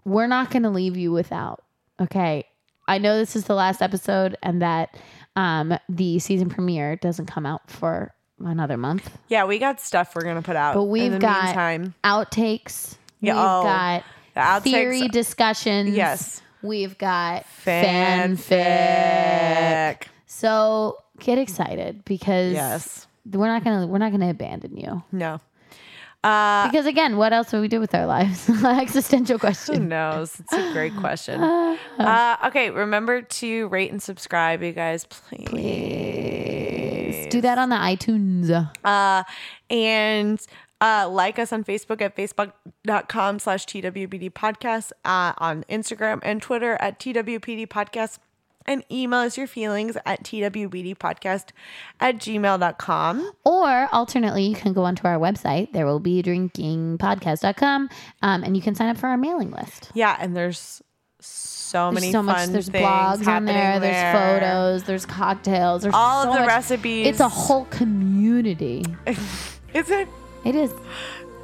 [SPEAKER 6] we're not going to leave you without. Okay. I know this is the last episode and that um, the season premiere doesn't come out for another month,
[SPEAKER 1] yeah, we got stuff we're gonna put out.
[SPEAKER 6] but
[SPEAKER 1] in
[SPEAKER 6] we've
[SPEAKER 1] the
[SPEAKER 6] got
[SPEAKER 1] meantime.
[SPEAKER 6] outtakes.
[SPEAKER 1] Yeah,
[SPEAKER 6] we've
[SPEAKER 1] oh,
[SPEAKER 6] got
[SPEAKER 1] the outtakes-
[SPEAKER 6] theory discussions.
[SPEAKER 1] Yes.
[SPEAKER 6] We've got fanfic.
[SPEAKER 1] fanfic.
[SPEAKER 6] So get excited because
[SPEAKER 1] Yes.
[SPEAKER 6] we're not gonna we're not gonna abandon you.
[SPEAKER 1] No. Uh,
[SPEAKER 6] Because again, what else would we do with our lives? Existential
[SPEAKER 1] who
[SPEAKER 6] question.
[SPEAKER 1] knows? It's a great question. Uh, okay, remember to rate and subscribe, you guys, please.
[SPEAKER 6] Do that on the iTunes.
[SPEAKER 1] Uh, and uh, like us on Facebook at facebook.com slash TWPD podcast, uh, on Instagram and Twitter at TWPD podcast, and email us your feelings at TWPDpodcast at gmail.com.
[SPEAKER 6] Or alternately, you can go onto our website. There will be drinkingpodcast.com um, and you can sign up for our mailing list.
[SPEAKER 1] Yeah, and there's so many
[SPEAKER 6] There's so much.
[SPEAKER 1] fun
[SPEAKER 6] There's
[SPEAKER 1] things
[SPEAKER 6] blogs on
[SPEAKER 1] happening
[SPEAKER 6] there. There's
[SPEAKER 1] there.
[SPEAKER 6] photos. There's cocktails. There's
[SPEAKER 1] All
[SPEAKER 6] so
[SPEAKER 1] of the
[SPEAKER 6] much-
[SPEAKER 1] recipes.
[SPEAKER 6] It's a whole community.
[SPEAKER 1] It's a
[SPEAKER 6] It is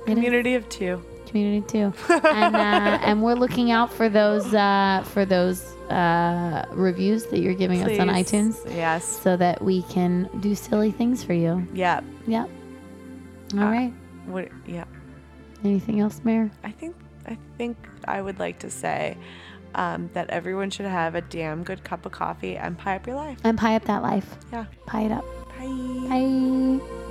[SPEAKER 1] community of two.
[SPEAKER 6] community too, and uh, and we're looking out for those uh, for those uh, reviews that you're giving us on
[SPEAKER 1] Please.
[SPEAKER 6] iTunes,
[SPEAKER 1] Yes.
[SPEAKER 6] so that we can do silly things for you.
[SPEAKER 1] Yeah.
[SPEAKER 6] Yep. All
[SPEAKER 1] Ah.
[SPEAKER 6] right.
[SPEAKER 1] What? Yeah.
[SPEAKER 6] Anything else, Mayor?
[SPEAKER 1] I think I think I would like to say um, that everyone should have a damn good cup of coffee and pie up your life.
[SPEAKER 6] And pie up that life.
[SPEAKER 1] Yeah.
[SPEAKER 6] Pie it up.
[SPEAKER 1] Bye.
[SPEAKER 6] Bye.